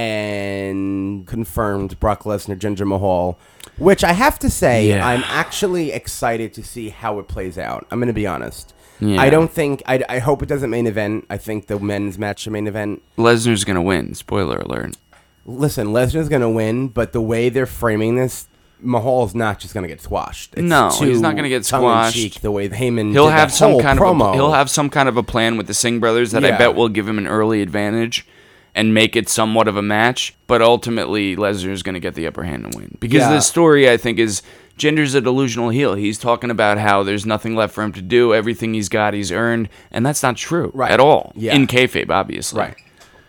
[SPEAKER 7] And confirmed Brock Lesnar, Ginger Mahal, which I have to say,
[SPEAKER 8] Yeah.
[SPEAKER 7] I'm actually excited to see how it plays out. I'm going to be honest.
[SPEAKER 8] Yeah.
[SPEAKER 7] I don't think I, I hope it doesn't main event. I think the men's match should main event.
[SPEAKER 8] Lesnar's gonna win. Spoiler alert.
[SPEAKER 7] Listen, Lesnar's going to win, but the way they're framing this, Mahal's not just going to get squashed. It's
[SPEAKER 8] No,
[SPEAKER 7] too
[SPEAKER 8] he's not gonna get
[SPEAKER 7] tongue-in-cheek
[SPEAKER 8] squashed.
[SPEAKER 7] The way Heyman
[SPEAKER 8] He'll
[SPEAKER 7] did
[SPEAKER 8] have
[SPEAKER 7] that
[SPEAKER 8] some
[SPEAKER 7] whole
[SPEAKER 8] kind
[SPEAKER 7] promo.
[SPEAKER 8] of a, he'll have some kind of a plan with the Singh brothers that
[SPEAKER 7] Yeah.
[SPEAKER 8] I bet will give him an early advantage and make it somewhat of a match. But ultimately, Lesnar's going to get the upper hand and win because
[SPEAKER 7] Yeah.
[SPEAKER 8] the story I think is Ginger's a delusional heel. He's talking about how there's nothing left for him to do. Everything he's got, he's earned, and that's not true
[SPEAKER 7] Right.
[SPEAKER 8] at all.
[SPEAKER 7] Yeah.
[SPEAKER 8] In kayfabe, obviously.
[SPEAKER 7] Right.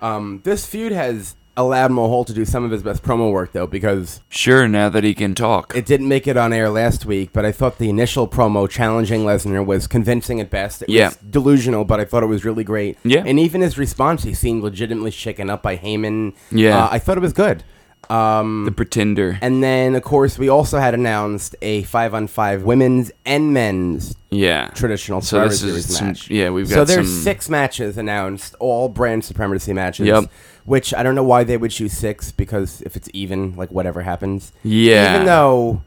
[SPEAKER 7] Um, this feud has allowed Mahal to do some of his best promo work though, because
[SPEAKER 8] Sure. Now that he can talk,
[SPEAKER 7] it didn't make it on air last week, but I thought the initial promo challenging Lesnar was convincing at best. It
[SPEAKER 8] Yeah.
[SPEAKER 7] was delusional, but I thought it was really great.
[SPEAKER 8] Yeah.
[SPEAKER 7] And even his response, he seemed legitimately shaken up by Heyman.
[SPEAKER 8] Yeah.
[SPEAKER 7] Uh, I thought it was good.
[SPEAKER 8] the pretender.
[SPEAKER 7] And then, of course, we also had announced a five on five women's and men's
[SPEAKER 8] yeah.
[SPEAKER 7] traditional
[SPEAKER 8] So
[SPEAKER 7] Survivor
[SPEAKER 8] this is
[SPEAKER 7] Series
[SPEAKER 8] some-
[SPEAKER 7] match.
[SPEAKER 8] yeah, we've
[SPEAKER 7] so
[SPEAKER 8] got
[SPEAKER 7] there's
[SPEAKER 8] some-
[SPEAKER 7] six matches announced, all brand supremacy matches.
[SPEAKER 8] Yep.
[SPEAKER 7] Which I don't know why they would choose six because if it's even, like whatever happens.
[SPEAKER 8] Yeah.
[SPEAKER 7] Even though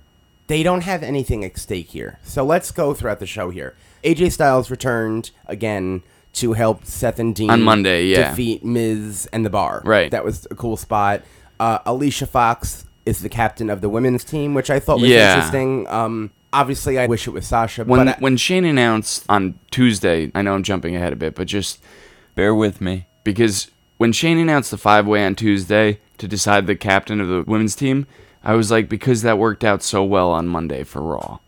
[SPEAKER 7] they don't have anything at stake here, so let's go throughout the show here. AJ Styles returned again to help Seth and Dean
[SPEAKER 8] On Monday, yeah.
[SPEAKER 7] defeat Miz and the Bar.
[SPEAKER 8] Right.
[SPEAKER 7] that was a cool spot. Uh, Alicia Fox is the captain of the women's team, which I thought was
[SPEAKER 8] Yeah.
[SPEAKER 7] interesting. Um, obviously, I wish it was Sasha.
[SPEAKER 8] when
[SPEAKER 7] but I-
[SPEAKER 8] when Shane announced on Tuesday, I know I'm jumping ahead a bit, but just bear with me because when Shane announced the five way on Tuesday to decide the captain of the women's team, I was like because that worked out so well on Monday for Raw.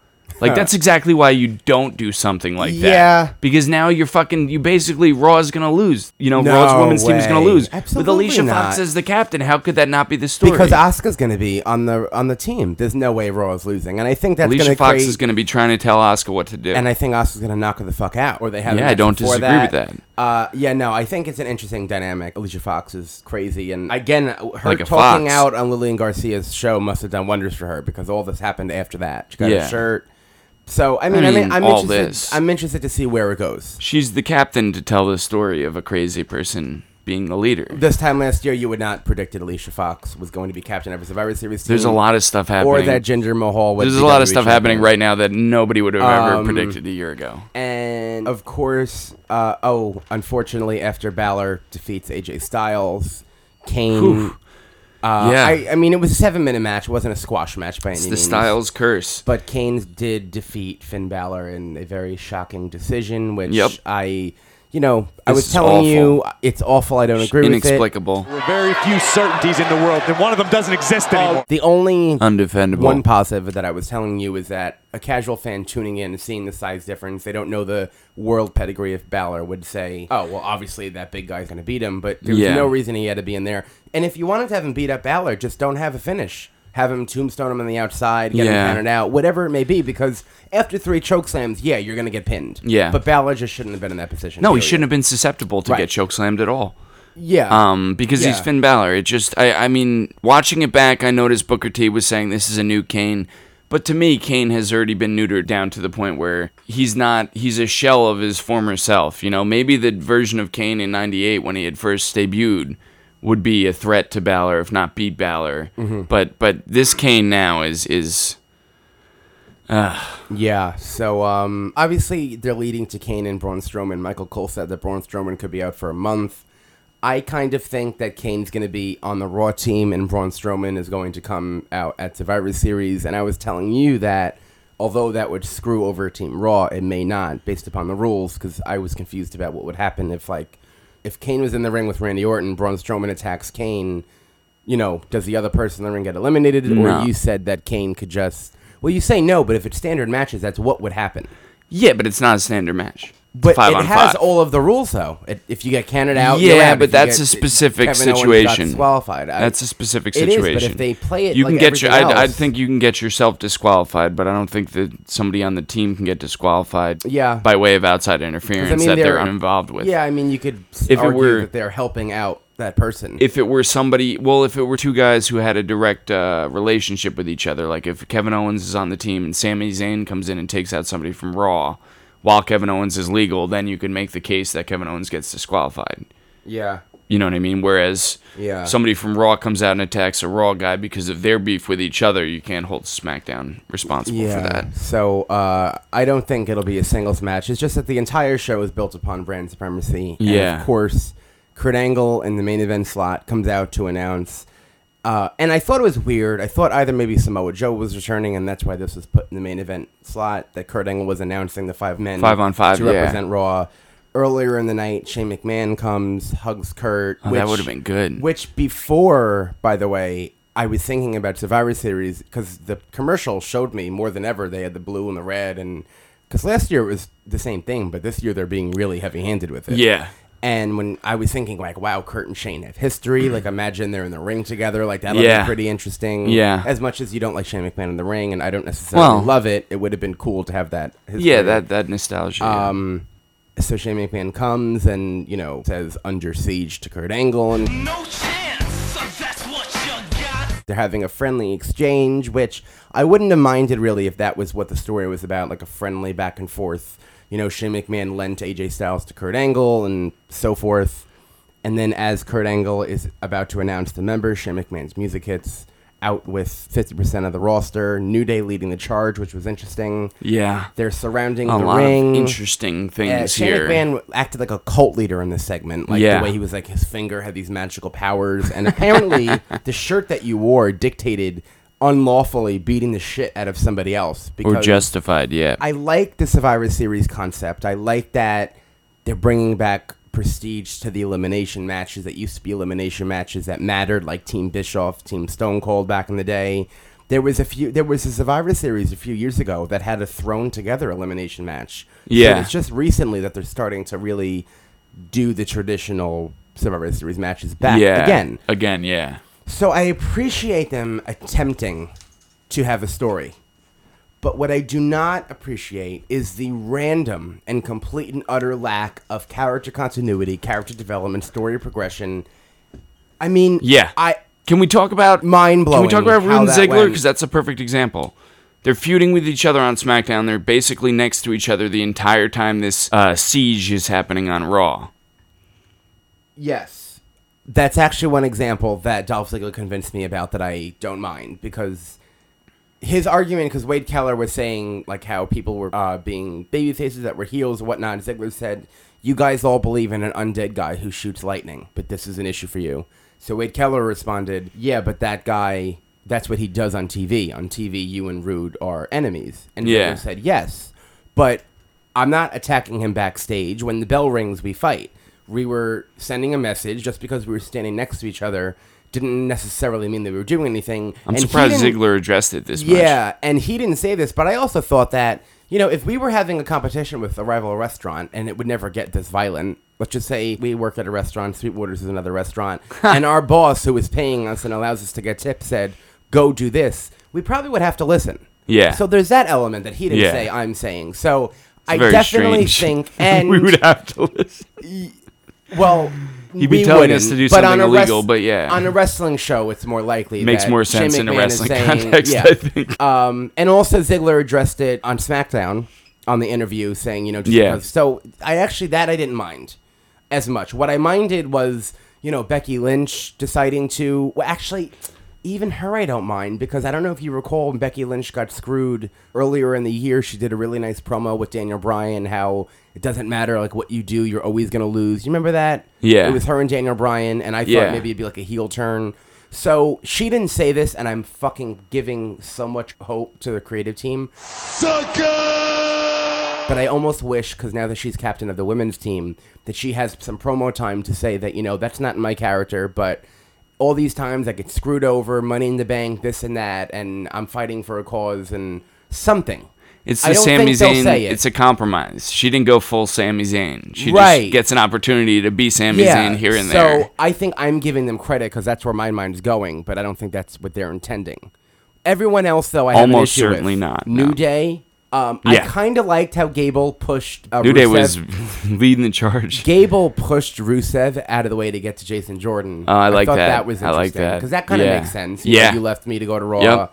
[SPEAKER 8] Like that's exactly why you don't do something like that.
[SPEAKER 7] Yeah.
[SPEAKER 8] Because now you're fucking you basically Raw's gonna lose. You know,
[SPEAKER 7] No
[SPEAKER 8] Raw's women's team is gonna
[SPEAKER 7] way.
[SPEAKER 8] lose.
[SPEAKER 7] Absolutely
[SPEAKER 8] With Alicia Fox
[SPEAKER 7] not.
[SPEAKER 8] as the captain, how could that not be the story?
[SPEAKER 7] Because Asuka's going to be on the on the team. There's no way Raw is losing, and I think that's going
[SPEAKER 8] Alicia
[SPEAKER 7] to
[SPEAKER 8] Fox
[SPEAKER 7] create.
[SPEAKER 8] is gonna be trying to tell Oscar what to do.
[SPEAKER 7] and I think Asuka's going to knock her the fuck out, or they have. a
[SPEAKER 8] Yeah,
[SPEAKER 7] match
[SPEAKER 8] I don't
[SPEAKER 7] before
[SPEAKER 8] disagree with
[SPEAKER 7] that. Uh, yeah, no, I think it's an interesting dynamic. Alicia Fox is crazy, and again, uh, her
[SPEAKER 8] Like a
[SPEAKER 7] talking
[SPEAKER 8] fox.
[SPEAKER 7] out on Lillian Garcia's show must have done wonders for her because all this happened after that. She got
[SPEAKER 8] Yeah.
[SPEAKER 7] her shirt. So I mean, I
[SPEAKER 8] I
[SPEAKER 7] mean,
[SPEAKER 8] mean,
[SPEAKER 7] I'm
[SPEAKER 8] all
[SPEAKER 7] interested.
[SPEAKER 8] this.
[SPEAKER 7] I'm interested to see where it goes.
[SPEAKER 8] She's the captain to tell the story of a crazy person being the leader.
[SPEAKER 7] This time last year, you would not predicted Alicia Fox was going to be captain of a Survivor Series.
[SPEAKER 8] There's a
[SPEAKER 7] team,
[SPEAKER 8] lot of stuff happening.
[SPEAKER 7] Mm. or that Ginger Mahal. would
[SPEAKER 8] There's
[SPEAKER 7] be E
[SPEAKER 8] a lot of
[SPEAKER 7] WWE
[SPEAKER 8] stuff happening
[SPEAKER 7] champion.
[SPEAKER 8] right now that nobody would have
[SPEAKER 7] Um,
[SPEAKER 8] ever predicted a year ago.
[SPEAKER 7] And of course, uh, oh, unfortunately, after Balor defeats AJ Styles, Kane. Uh,
[SPEAKER 8] Yeah.
[SPEAKER 7] I, I mean, it was a seven minute match. It wasn't a squash match by any
[SPEAKER 8] It's the
[SPEAKER 7] means.
[SPEAKER 8] Styles curse.
[SPEAKER 7] But Kane did defeat Finn Balor in a very shocking decision, which
[SPEAKER 8] Yep.
[SPEAKER 7] I, you know, I
[SPEAKER 8] This
[SPEAKER 7] was
[SPEAKER 8] is
[SPEAKER 7] telling you, it's awful. I don't agree with it.
[SPEAKER 8] Inexplicable.
[SPEAKER 6] Very few certainties in the world, and one of them doesn't exist anymore.
[SPEAKER 7] The only
[SPEAKER 8] Undefendable.
[SPEAKER 7] One positive that I was telling you is that a casual fan tuning in and seeing the size difference, they don't know the world pedigree of Balor would say, oh, well, obviously that big guy's going to beat him, but there's
[SPEAKER 8] Yeah.
[SPEAKER 7] no reason he had to be in there. And if you wanted to have him beat up Balor, just don't have a finish. Have him tombstone him on the outside, get
[SPEAKER 8] Yeah.
[SPEAKER 7] him counted out, whatever it may be, because after three choke slams, yeah, you're going to get pinned.
[SPEAKER 8] Yeah.
[SPEAKER 7] But Balor just shouldn't have been in that position.
[SPEAKER 8] no, he
[SPEAKER 7] period.
[SPEAKER 8] shouldn't have been susceptible to
[SPEAKER 7] Right.
[SPEAKER 8] get chokeslammed at all.
[SPEAKER 7] Yeah.
[SPEAKER 8] Um, because he's
[SPEAKER 7] Yeah.
[SPEAKER 8] Finn Balor. It just, I, I mean, watching it back, I noticed Booker T was saying this is a new Kane, but to me, Kane has already been neutered down to the point where he's not, he's a shell of his former self. You know, maybe the version of Kane in '98 when he had first debuted would be a threat to Balor, if not beat Balor.
[SPEAKER 7] Mm-hmm.
[SPEAKER 8] But, but this Kane now is is
[SPEAKER 7] Yeah, so um, obviously they're leading to Kane and Braun Strowman. Michael Cole said that Braun Strowman could be out for a month. I kind of think that Kane's going to be on the Raw team and Braun Strowman is going to come out at Survivor Series. And I was telling you that although that would screw over Team Raw, it may not based upon the rules because I was confused about what would happen if like if Kane was in the ring with Randy Orton, Braun Strowman attacks Kane. You know, does the other person in the ring get eliminated,
[SPEAKER 8] No.
[SPEAKER 7] or you said that Kane could just? Well, you say no, but if it's standard matches, that's what would happen.
[SPEAKER 8] yeah, but it's not a standard match.
[SPEAKER 7] But
[SPEAKER 8] five
[SPEAKER 7] it
[SPEAKER 8] on
[SPEAKER 7] has
[SPEAKER 8] five.
[SPEAKER 7] all of the rules, though. It, if you get counted out,
[SPEAKER 8] Yeah,
[SPEAKER 7] you're out.
[SPEAKER 8] but
[SPEAKER 7] If you
[SPEAKER 8] that's
[SPEAKER 7] get-
[SPEAKER 8] a specific
[SPEAKER 7] Kevin Owens got
[SPEAKER 8] situation.
[SPEAKER 7] disqualified. I-
[SPEAKER 8] That's a specific
[SPEAKER 7] It is,
[SPEAKER 8] situation.
[SPEAKER 7] but if they play it
[SPEAKER 8] you
[SPEAKER 7] like
[SPEAKER 8] can get your.
[SPEAKER 7] everything
[SPEAKER 8] I'd, I'd
[SPEAKER 7] else-
[SPEAKER 8] think you can get yourself disqualified, but I don't think that somebody on the team can get disqualified.
[SPEAKER 7] Yeah.
[SPEAKER 8] by way of outside interference that they're, involved with.
[SPEAKER 7] Yeah, I mean, you could s-
[SPEAKER 8] If it
[SPEAKER 7] argue
[SPEAKER 8] were-
[SPEAKER 7] that they're helping out that person.
[SPEAKER 8] if it were somebody well if it were two guys who had a direct uh, relationship with each other like if kevin owens is on the team and Sami Zayn comes in and takes out somebody from raw while kevin owens is legal then you can make the case that kevin owens gets disqualified
[SPEAKER 7] yeah,
[SPEAKER 8] you know what i mean whereas
[SPEAKER 7] Yeah.
[SPEAKER 8] somebody from raw comes out and attacks a raw guy because of their beef with each other you can't hold smackdown responsible
[SPEAKER 7] yeah.
[SPEAKER 8] for that
[SPEAKER 7] So uh, I don't think it'll be a singles match. It's just that the entire show is built upon brand supremacy. And
[SPEAKER 8] Yeah.
[SPEAKER 7] of course, Kurt Angle in the main event slot comes out to announce. Uh, and I thought it was weird. I thought either maybe Samoa Joe was returning, and that's why this was put in the main event slot. That Kurt Angle was announcing the five men
[SPEAKER 8] Five on five,
[SPEAKER 7] to
[SPEAKER 8] yeah.
[SPEAKER 7] represent Raw. Earlier in the night, Shane McMahon comes, hugs Kurt.
[SPEAKER 8] Oh, that would've been good.
[SPEAKER 7] Which before, by the way, I was thinking about Survivor Series because the commercial showed me more than ever they had the blue and the red, and because last year it was the same thing, but this year they're being really heavy-handed with it.
[SPEAKER 8] Yeah.
[SPEAKER 7] And when I was thinking like, wow, Kurt and Shane have history. Like, imagine they're in the ring together. Like that'll
[SPEAKER 8] Mm. Yeah.
[SPEAKER 7] be pretty interesting.
[SPEAKER 8] Yeah.
[SPEAKER 7] As much as you don't like Shane McMahon in the ring, and I don't necessarily
[SPEAKER 8] Well-
[SPEAKER 7] love it, it would have been cool to have that. History.
[SPEAKER 8] yeah that that nostalgia yeah.
[SPEAKER 7] Um, So Shane McMahon comes and you know says under siege to Kurt Angle, and
[SPEAKER 2] No chance. So that's what you got.
[SPEAKER 7] they're having a friendly exchange, which I wouldn't have minded really if that was what the story was about, like a friendly back and forth. You know, Shane McMahon lent AJ Styles to Kurt Angle and so forth. And then as Kurt Angle is about to announce the members, Shane McMahon's music hits out with 50% of the roster, New Day leading the charge, which was interesting.
[SPEAKER 8] Yeah.
[SPEAKER 7] They're surrounding
[SPEAKER 8] a
[SPEAKER 7] the
[SPEAKER 8] lot
[SPEAKER 7] ring. Uh,
[SPEAKER 8] of interesting
[SPEAKER 7] Yeah,
[SPEAKER 8] things
[SPEAKER 7] Shane
[SPEAKER 8] here
[SPEAKER 7] McMahon acted like a cult leader in this segment. Like
[SPEAKER 8] Yeah.
[SPEAKER 7] the way he was like his finger had these magical powers, and apparently the shirt that you wore dictated unlawfully beating the shit out of somebody else. Because
[SPEAKER 8] or justified yeah
[SPEAKER 7] I like the Survivor Series concept. I like that they're bringing back prestige to the elimination matches that used to be elimination matches that mattered, like Team Bischoff, Team Stone Cold back in the day. There was a few. There was a Survivor Series a few years ago that had a thrown together elimination match. So
[SPEAKER 8] Yeah.
[SPEAKER 7] it's just recently that they're starting to really do the traditional Survivor Series matches back
[SPEAKER 8] yeah
[SPEAKER 7] again.
[SPEAKER 8] again yeah
[SPEAKER 7] So I appreciate them attempting to have a story. But what I do not appreciate is the random and complete and utter lack of character continuity, character development, story progression. I mean,
[SPEAKER 8] Yeah.
[SPEAKER 7] I
[SPEAKER 8] can we talk about
[SPEAKER 7] Mind-blowing
[SPEAKER 8] Can we talk about
[SPEAKER 7] how
[SPEAKER 8] Rude and
[SPEAKER 7] that
[SPEAKER 8] Ziggler
[SPEAKER 7] went.
[SPEAKER 8] because that's a perfect example. They're feuding with each other on SmackDown. They're basically next to each other the entire time this uh, siege is happening on Raw.
[SPEAKER 7] yes, that's actually one example that Dolph Ziggler convinced me about that I don't mind because his argument, because Wade Keller was saying like how people were uh, being baby faces that were heels, and whatnot. Ziggler said, "You guys all believe in an undead guy who shoots lightning, but this is an issue for you." So Wade Keller responded, "Yeah, but that guy." That's what he does on TV. On TV, you and Rude are enemies. And
[SPEAKER 8] Yeah.
[SPEAKER 7] Ziggler said, yes, but I'm not attacking him backstage. When the bell rings, we fight. We were sending a message just because we were standing next to each other didn't necessarily mean that we were doing anything.
[SPEAKER 8] I'm
[SPEAKER 7] And he
[SPEAKER 8] surprised
[SPEAKER 7] didn't-
[SPEAKER 8] Ziggler addressed it this much.
[SPEAKER 7] yeah, and he didn't say this, but I also thought that, you know, if we were having a competition with a rival restaurant and it would never get this violent, let's just say we work at a restaurant, Sweetwater's is another restaurant, and our boss who is paying us and allows us to get tips said, go do this, we probably would have to listen.
[SPEAKER 8] Yeah.
[SPEAKER 7] So there's that element that he didn't
[SPEAKER 8] Yeah.
[SPEAKER 7] say, I'm saying. So I
[SPEAKER 8] Very
[SPEAKER 7] definitely
[SPEAKER 8] strange.
[SPEAKER 7] think, and
[SPEAKER 8] we would have to listen.
[SPEAKER 7] well,
[SPEAKER 8] He'd be
[SPEAKER 7] we
[SPEAKER 8] telling us to do
[SPEAKER 7] wouldn't, but on
[SPEAKER 8] something
[SPEAKER 7] a wrest-
[SPEAKER 8] illegal, but yeah.
[SPEAKER 7] on a wrestling show, it's more likely.
[SPEAKER 8] Makes
[SPEAKER 7] that
[SPEAKER 8] more
[SPEAKER 7] Shane
[SPEAKER 8] sense in a
[SPEAKER 7] McMahon is
[SPEAKER 8] wrestling
[SPEAKER 7] saying-
[SPEAKER 8] context,
[SPEAKER 7] yeah.
[SPEAKER 8] I think.
[SPEAKER 7] Um, and also Ziggler addressed it on SmackDown on the interview, saying, you know, just
[SPEAKER 8] Yeah.
[SPEAKER 7] because- so I actually that I didn't mind as much. What I minded was, you know, Becky Lynch deciding to well, actually. Even her, I don't mind because I don't know if you recall when Becky Lynch got screwed earlier in the year. She did a really nice promo with Daniel Bryan, how it doesn't matter like what you do, you're always gonna lose. You remember that?
[SPEAKER 8] Yeah.
[SPEAKER 7] it was her and Daniel Bryan, and I thought
[SPEAKER 8] Yeah.
[SPEAKER 7] maybe it'd be like a heel turn. So she didn't say this, and I'm fucking giving so much hope to the creative team. But I almost wish, because now that she's captain of the women's team, that she has some promo time to say that, you know, that's not my character, but all these times I get screwed over, money in the bank, this and that, and I'm fighting for a cause and something.
[SPEAKER 8] It's
[SPEAKER 7] I
[SPEAKER 8] the
[SPEAKER 7] don't
[SPEAKER 8] Sami
[SPEAKER 7] think they'll
[SPEAKER 8] Zayn.
[SPEAKER 7] say it.
[SPEAKER 8] It's a compromise. She didn't go full Sami Zayn. She
[SPEAKER 7] Right.
[SPEAKER 8] just gets an opportunity to be Sami Zayn here and
[SPEAKER 7] so
[SPEAKER 8] there.
[SPEAKER 7] I think I'm giving them credit because that's where my mind's going, but I don't think that's what they're intending. Everyone else, though, I have an
[SPEAKER 8] Almost
[SPEAKER 7] issue with.
[SPEAKER 8] certainly not,
[SPEAKER 7] New
[SPEAKER 8] no.
[SPEAKER 7] Day. Um, I
[SPEAKER 8] Yeah.
[SPEAKER 7] kind of liked how Gable pushed uh,
[SPEAKER 8] New Day
[SPEAKER 7] Rusev-
[SPEAKER 8] was leading the charge.
[SPEAKER 7] Gable pushed Rusev out of the way to get to Jason Jordan.
[SPEAKER 8] Oh, I like
[SPEAKER 7] thought
[SPEAKER 8] that.
[SPEAKER 7] that was
[SPEAKER 8] I
[SPEAKER 7] interesting
[SPEAKER 8] like that.
[SPEAKER 7] because that kind of
[SPEAKER 8] Yeah.
[SPEAKER 7] makes sense. You know,
[SPEAKER 8] Yeah.
[SPEAKER 7] you left me to go to Raw.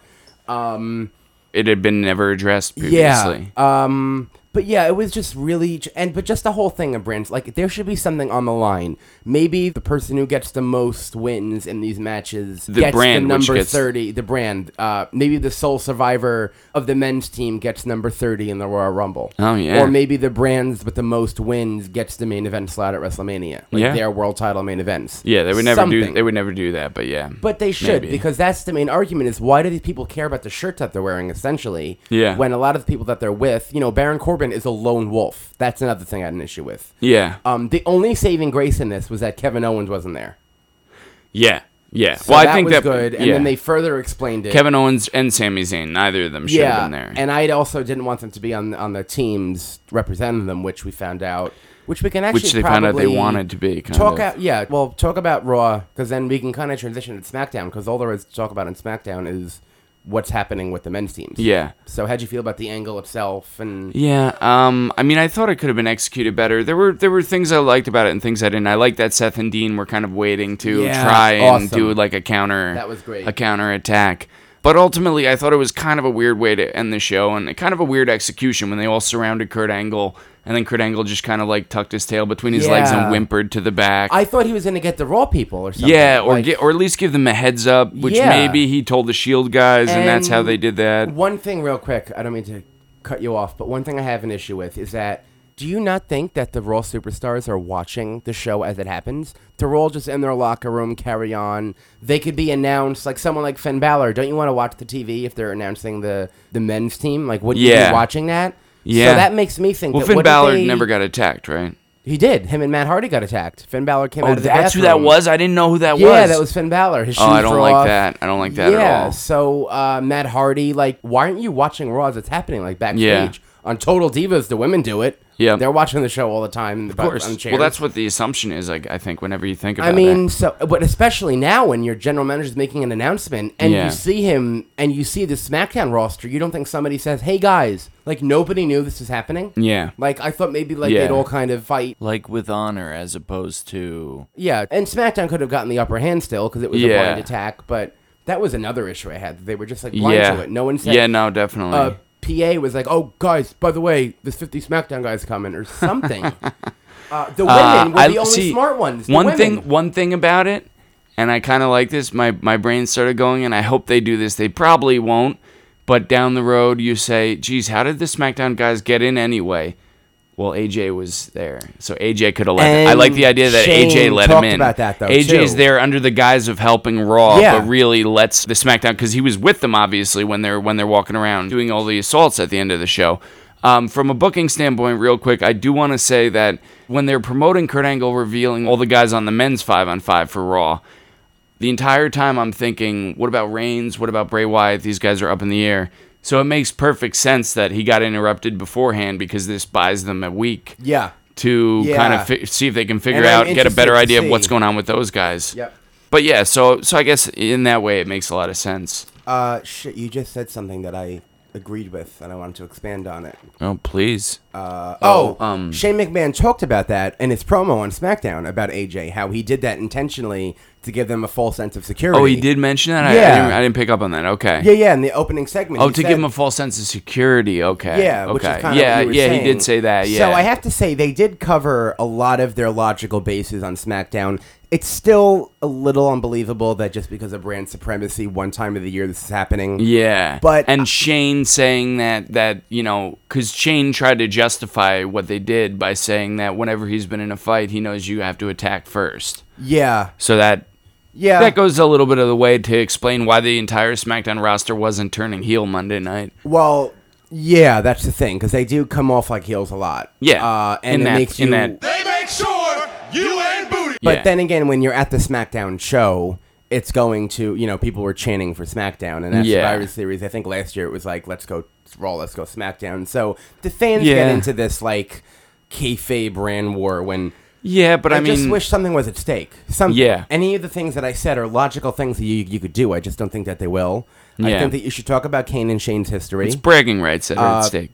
[SPEAKER 8] Yep. It had been never addressed previously.
[SPEAKER 7] Yeah. Um. But yeah, it was just really, and but just the whole thing of brands. Like there should be something on the line. Maybe the person who gets the most wins in these matches
[SPEAKER 8] The
[SPEAKER 7] gets
[SPEAKER 8] brand,
[SPEAKER 7] the
[SPEAKER 8] which
[SPEAKER 7] number
[SPEAKER 8] gets-
[SPEAKER 7] thirty. The brand. Uh. Maybe the sole survivor of the men's team gets number thirty in the Royal Rumble.
[SPEAKER 8] Oh, yeah.
[SPEAKER 7] Or maybe the brands with the most wins gets the main event slot at WrestleMania. Like
[SPEAKER 8] Yeah.
[SPEAKER 7] their world title main events.
[SPEAKER 8] yeah, they would never do.
[SPEAKER 7] Something.
[SPEAKER 8] They would never do that. But yeah,
[SPEAKER 7] But they should
[SPEAKER 8] Maybe.
[SPEAKER 7] because that's the main argument is why do these people care about the shirts that they're wearing essentially?
[SPEAKER 8] Yeah.
[SPEAKER 7] When a lot of the people that they're with, you know, Baron Corbin is a lone wolf. That's another thing I had an issue with.
[SPEAKER 8] yeah,
[SPEAKER 7] Um, the only saving grace in this was that Kevin Owens wasn't there.
[SPEAKER 8] yeah, yeah.
[SPEAKER 7] So
[SPEAKER 8] well,
[SPEAKER 7] that
[SPEAKER 8] I think
[SPEAKER 7] was
[SPEAKER 8] that
[SPEAKER 7] good. And
[SPEAKER 8] yeah.
[SPEAKER 7] then they further explained it.
[SPEAKER 8] Kevin Owens and Sami Zayn, neither of them should
[SPEAKER 7] yeah,
[SPEAKER 8] have been there.
[SPEAKER 7] and I also didn't want them to be on on the teams representing them, which we found out, which we can actually
[SPEAKER 8] Which they found out they
[SPEAKER 7] probably
[SPEAKER 8] wanted to be, kind
[SPEAKER 7] talk
[SPEAKER 8] of.
[SPEAKER 7] out, yeah. Well, talk about Raw because then we can kind of transition to SmackDown because all there is to talk about in SmackDown is what's happening with the men's teams.
[SPEAKER 8] yeah.
[SPEAKER 7] So how'd you feel about the angle itself? And
[SPEAKER 8] Yeah, um, I mean, I thought it could have been executed better. There were there were things I liked about it and things I didn't. I liked that Seth and Dean were kind of waiting to
[SPEAKER 7] Yeah,
[SPEAKER 8] try and
[SPEAKER 7] awesome.
[SPEAKER 8] do like a counter.
[SPEAKER 7] That was great.
[SPEAKER 8] A counter attack. But ultimately, I thought it was kind of a weird way to end the show and kind of a weird execution when they all surrounded Kurt Angle and then Kurt Angle just kind of like tucked his tail between his legs
[SPEAKER 7] Yeah.
[SPEAKER 8] and whimpered to the back.
[SPEAKER 7] I thought he was gonna get the Raw people or something.
[SPEAKER 8] yeah, or
[SPEAKER 7] Like,
[SPEAKER 8] get, or at least give them a heads up, which
[SPEAKER 7] Yeah.
[SPEAKER 8] maybe he told the Shield guys, and, that's how they did that.
[SPEAKER 7] One thing, real quick. I don't mean to cut you off, but one thing I have an issue with is that. Do you not think that the Raw superstars are watching the show as it happens? They're all just in their locker room, carry on. They could be announced, like someone like Finn Balor. Don't you want to watch the TV if they're announcing the, the men's team? Like, wouldn't you
[SPEAKER 8] Yeah.
[SPEAKER 7] be watching that?
[SPEAKER 8] Yeah.
[SPEAKER 7] So that makes me think
[SPEAKER 8] Well,
[SPEAKER 7] that
[SPEAKER 8] Finn
[SPEAKER 7] wouldn't
[SPEAKER 8] Balor
[SPEAKER 7] they-
[SPEAKER 8] never got attacked, right?
[SPEAKER 7] He did. Him and Matt Hardy got attacked. Finn Balor came out
[SPEAKER 8] Oh,
[SPEAKER 7] of the
[SPEAKER 8] that's who that
[SPEAKER 7] bathroom.
[SPEAKER 8] was. I didn't know who that was.
[SPEAKER 7] Yeah, that was Finn Balor. His shoes
[SPEAKER 8] Oh, I don't
[SPEAKER 7] were
[SPEAKER 8] like
[SPEAKER 7] off.
[SPEAKER 8] that. I don't like that
[SPEAKER 7] yeah,
[SPEAKER 8] at all.
[SPEAKER 7] So uh, Matt Hardy, like, why aren't you watching Raw as it's happening, like backstage
[SPEAKER 8] Yeah.
[SPEAKER 7] on Total Divas? The women do it.
[SPEAKER 8] Yeah.
[SPEAKER 7] they're watching the show all the time. In the
[SPEAKER 8] Of course.
[SPEAKER 7] On chairs.
[SPEAKER 8] Well, that's what the assumption is. Like, I think whenever you think about
[SPEAKER 7] I
[SPEAKER 8] it.
[SPEAKER 7] mean, so but especially now when your general manager is making an announcement and
[SPEAKER 8] Yeah.
[SPEAKER 7] you see him and you see the SmackDown roster, you don't think somebody says, "Hey guys," like nobody knew this was happening.
[SPEAKER 8] Yeah.
[SPEAKER 7] Like I thought maybe like
[SPEAKER 8] Yeah.
[SPEAKER 7] they'd all kind of fight.
[SPEAKER 9] like with honor as opposed to
[SPEAKER 7] Yeah, and SmackDown could have gotten the upper hand still because it was a
[SPEAKER 8] Yeah.
[SPEAKER 7] blind attack, but that was another issue I had. They were just like blind
[SPEAKER 8] yeah.
[SPEAKER 7] to it. No one said.
[SPEAKER 8] Yeah, no, definitely.
[SPEAKER 7] Uh, PA was like, "Oh, guys, by the way, this 50 SmackDown guy's coming," or something. uh, the women
[SPEAKER 8] Uh,
[SPEAKER 7] were the only
[SPEAKER 8] see,
[SPEAKER 7] smart ones. The
[SPEAKER 8] one
[SPEAKER 7] women.
[SPEAKER 8] thing, one thing about it, and I kind of like this. My my brain started going, and I hope they do this. They probably won't, but down the road, you say, "Geez, how did the SmackDown guys get in anyway?" Well, AJ was there, so AJ could have let. him. I like the idea that
[SPEAKER 7] And
[SPEAKER 8] AJ
[SPEAKER 7] Shane
[SPEAKER 8] let
[SPEAKER 7] talked
[SPEAKER 8] him in.
[SPEAKER 7] about that, though,
[SPEAKER 8] AJ's
[SPEAKER 7] too.
[SPEAKER 8] there under the guise of helping Raw,
[SPEAKER 7] Yeah.
[SPEAKER 8] but really lets the SmackDown because he was with them obviously when they're when they're walking around doing all the assaults at the end of the show. Um, from a booking standpoint, real quick, I do want to say that when they're promoting Kurt Angle revealing all the guys on the men's five on five for Raw, the entire time I'm thinking, what about Reigns? What about Bray Wyatt? These guys are up in the air. So it makes perfect sense that he got interrupted beforehand because this buys them a week
[SPEAKER 7] Yeah.
[SPEAKER 8] to kind
[SPEAKER 7] Yeah.
[SPEAKER 8] of fi- see if they can figure
[SPEAKER 7] And I'm
[SPEAKER 8] out, get a better
[SPEAKER 7] interested to
[SPEAKER 8] idea of what's
[SPEAKER 7] see.
[SPEAKER 8] going on with those guys.
[SPEAKER 7] Yep.
[SPEAKER 8] But yeah, so so I guess in that way it makes a lot of sense.
[SPEAKER 10] Uh, shit, you just said something that I agreed with, and I wanted to expand on it.
[SPEAKER 8] Oh please.
[SPEAKER 7] Oh,
[SPEAKER 8] um,
[SPEAKER 7] Shane McMahon talked about that in his promo on SmackDown about AJ, how he did that intentionally to give them a false sense of security.
[SPEAKER 8] oh, he did mention that. I, I,
[SPEAKER 7] Yeah.
[SPEAKER 8] didn't, I didn't pick up on that. Okay.
[SPEAKER 7] Yeah, yeah. In the opening segment.
[SPEAKER 8] Oh,
[SPEAKER 7] he
[SPEAKER 8] to
[SPEAKER 7] said-
[SPEAKER 8] give him a false sense of security. Okay.
[SPEAKER 7] Yeah,
[SPEAKER 8] Okay.
[SPEAKER 7] which is kind
[SPEAKER 8] yeah,
[SPEAKER 7] of what you were
[SPEAKER 8] yeah. He
[SPEAKER 7] saying.
[SPEAKER 8] did say that. Yeah.
[SPEAKER 7] So I have to say they did cover a lot of their logical bases on SmackDown. It's still a little unbelievable that just because of brand supremacy, one time of the year this is happening.
[SPEAKER 8] Yeah.
[SPEAKER 7] But-
[SPEAKER 8] and Shane saying that that you know because Shane tried to justify what they did by saying that whenever he's been in a fight, he knows you have to attack first.
[SPEAKER 7] Yeah,
[SPEAKER 8] So that
[SPEAKER 7] yeah.
[SPEAKER 8] that goes a little bit of the way to explain why the entire SmackDown roster wasn't turning heel Monday night.
[SPEAKER 7] well, yeah, that's the thing because they do come off like heels a lot.
[SPEAKER 8] Yeah.
[SPEAKER 7] uh, and
[SPEAKER 8] In
[SPEAKER 7] it
[SPEAKER 8] that-
[SPEAKER 7] makes you.
[SPEAKER 8] in that-
[SPEAKER 6] They make sure you ain't booty.
[SPEAKER 7] But
[SPEAKER 8] Yeah.
[SPEAKER 7] then again, when you're at the SmackDown show it's going to you know people were chanting for SmackDown, and that's
[SPEAKER 8] Yeah.
[SPEAKER 7] Survivor Series. I think last year it was like let's go Raw, let's go SmackDown. So the fans
[SPEAKER 8] Yeah.
[SPEAKER 7] get into this like kayfabe brand war when.
[SPEAKER 8] Yeah, but I,
[SPEAKER 7] I,
[SPEAKER 8] mean,
[SPEAKER 7] just wish something was at stake. Some,
[SPEAKER 8] Yeah.
[SPEAKER 7] Any of the things that I said are logical things that you, you could do. I just don't think that they will. I
[SPEAKER 8] Yeah.
[SPEAKER 7] think that you should talk about Kane and Shane's history.
[SPEAKER 8] it's bragging rights that are at stake.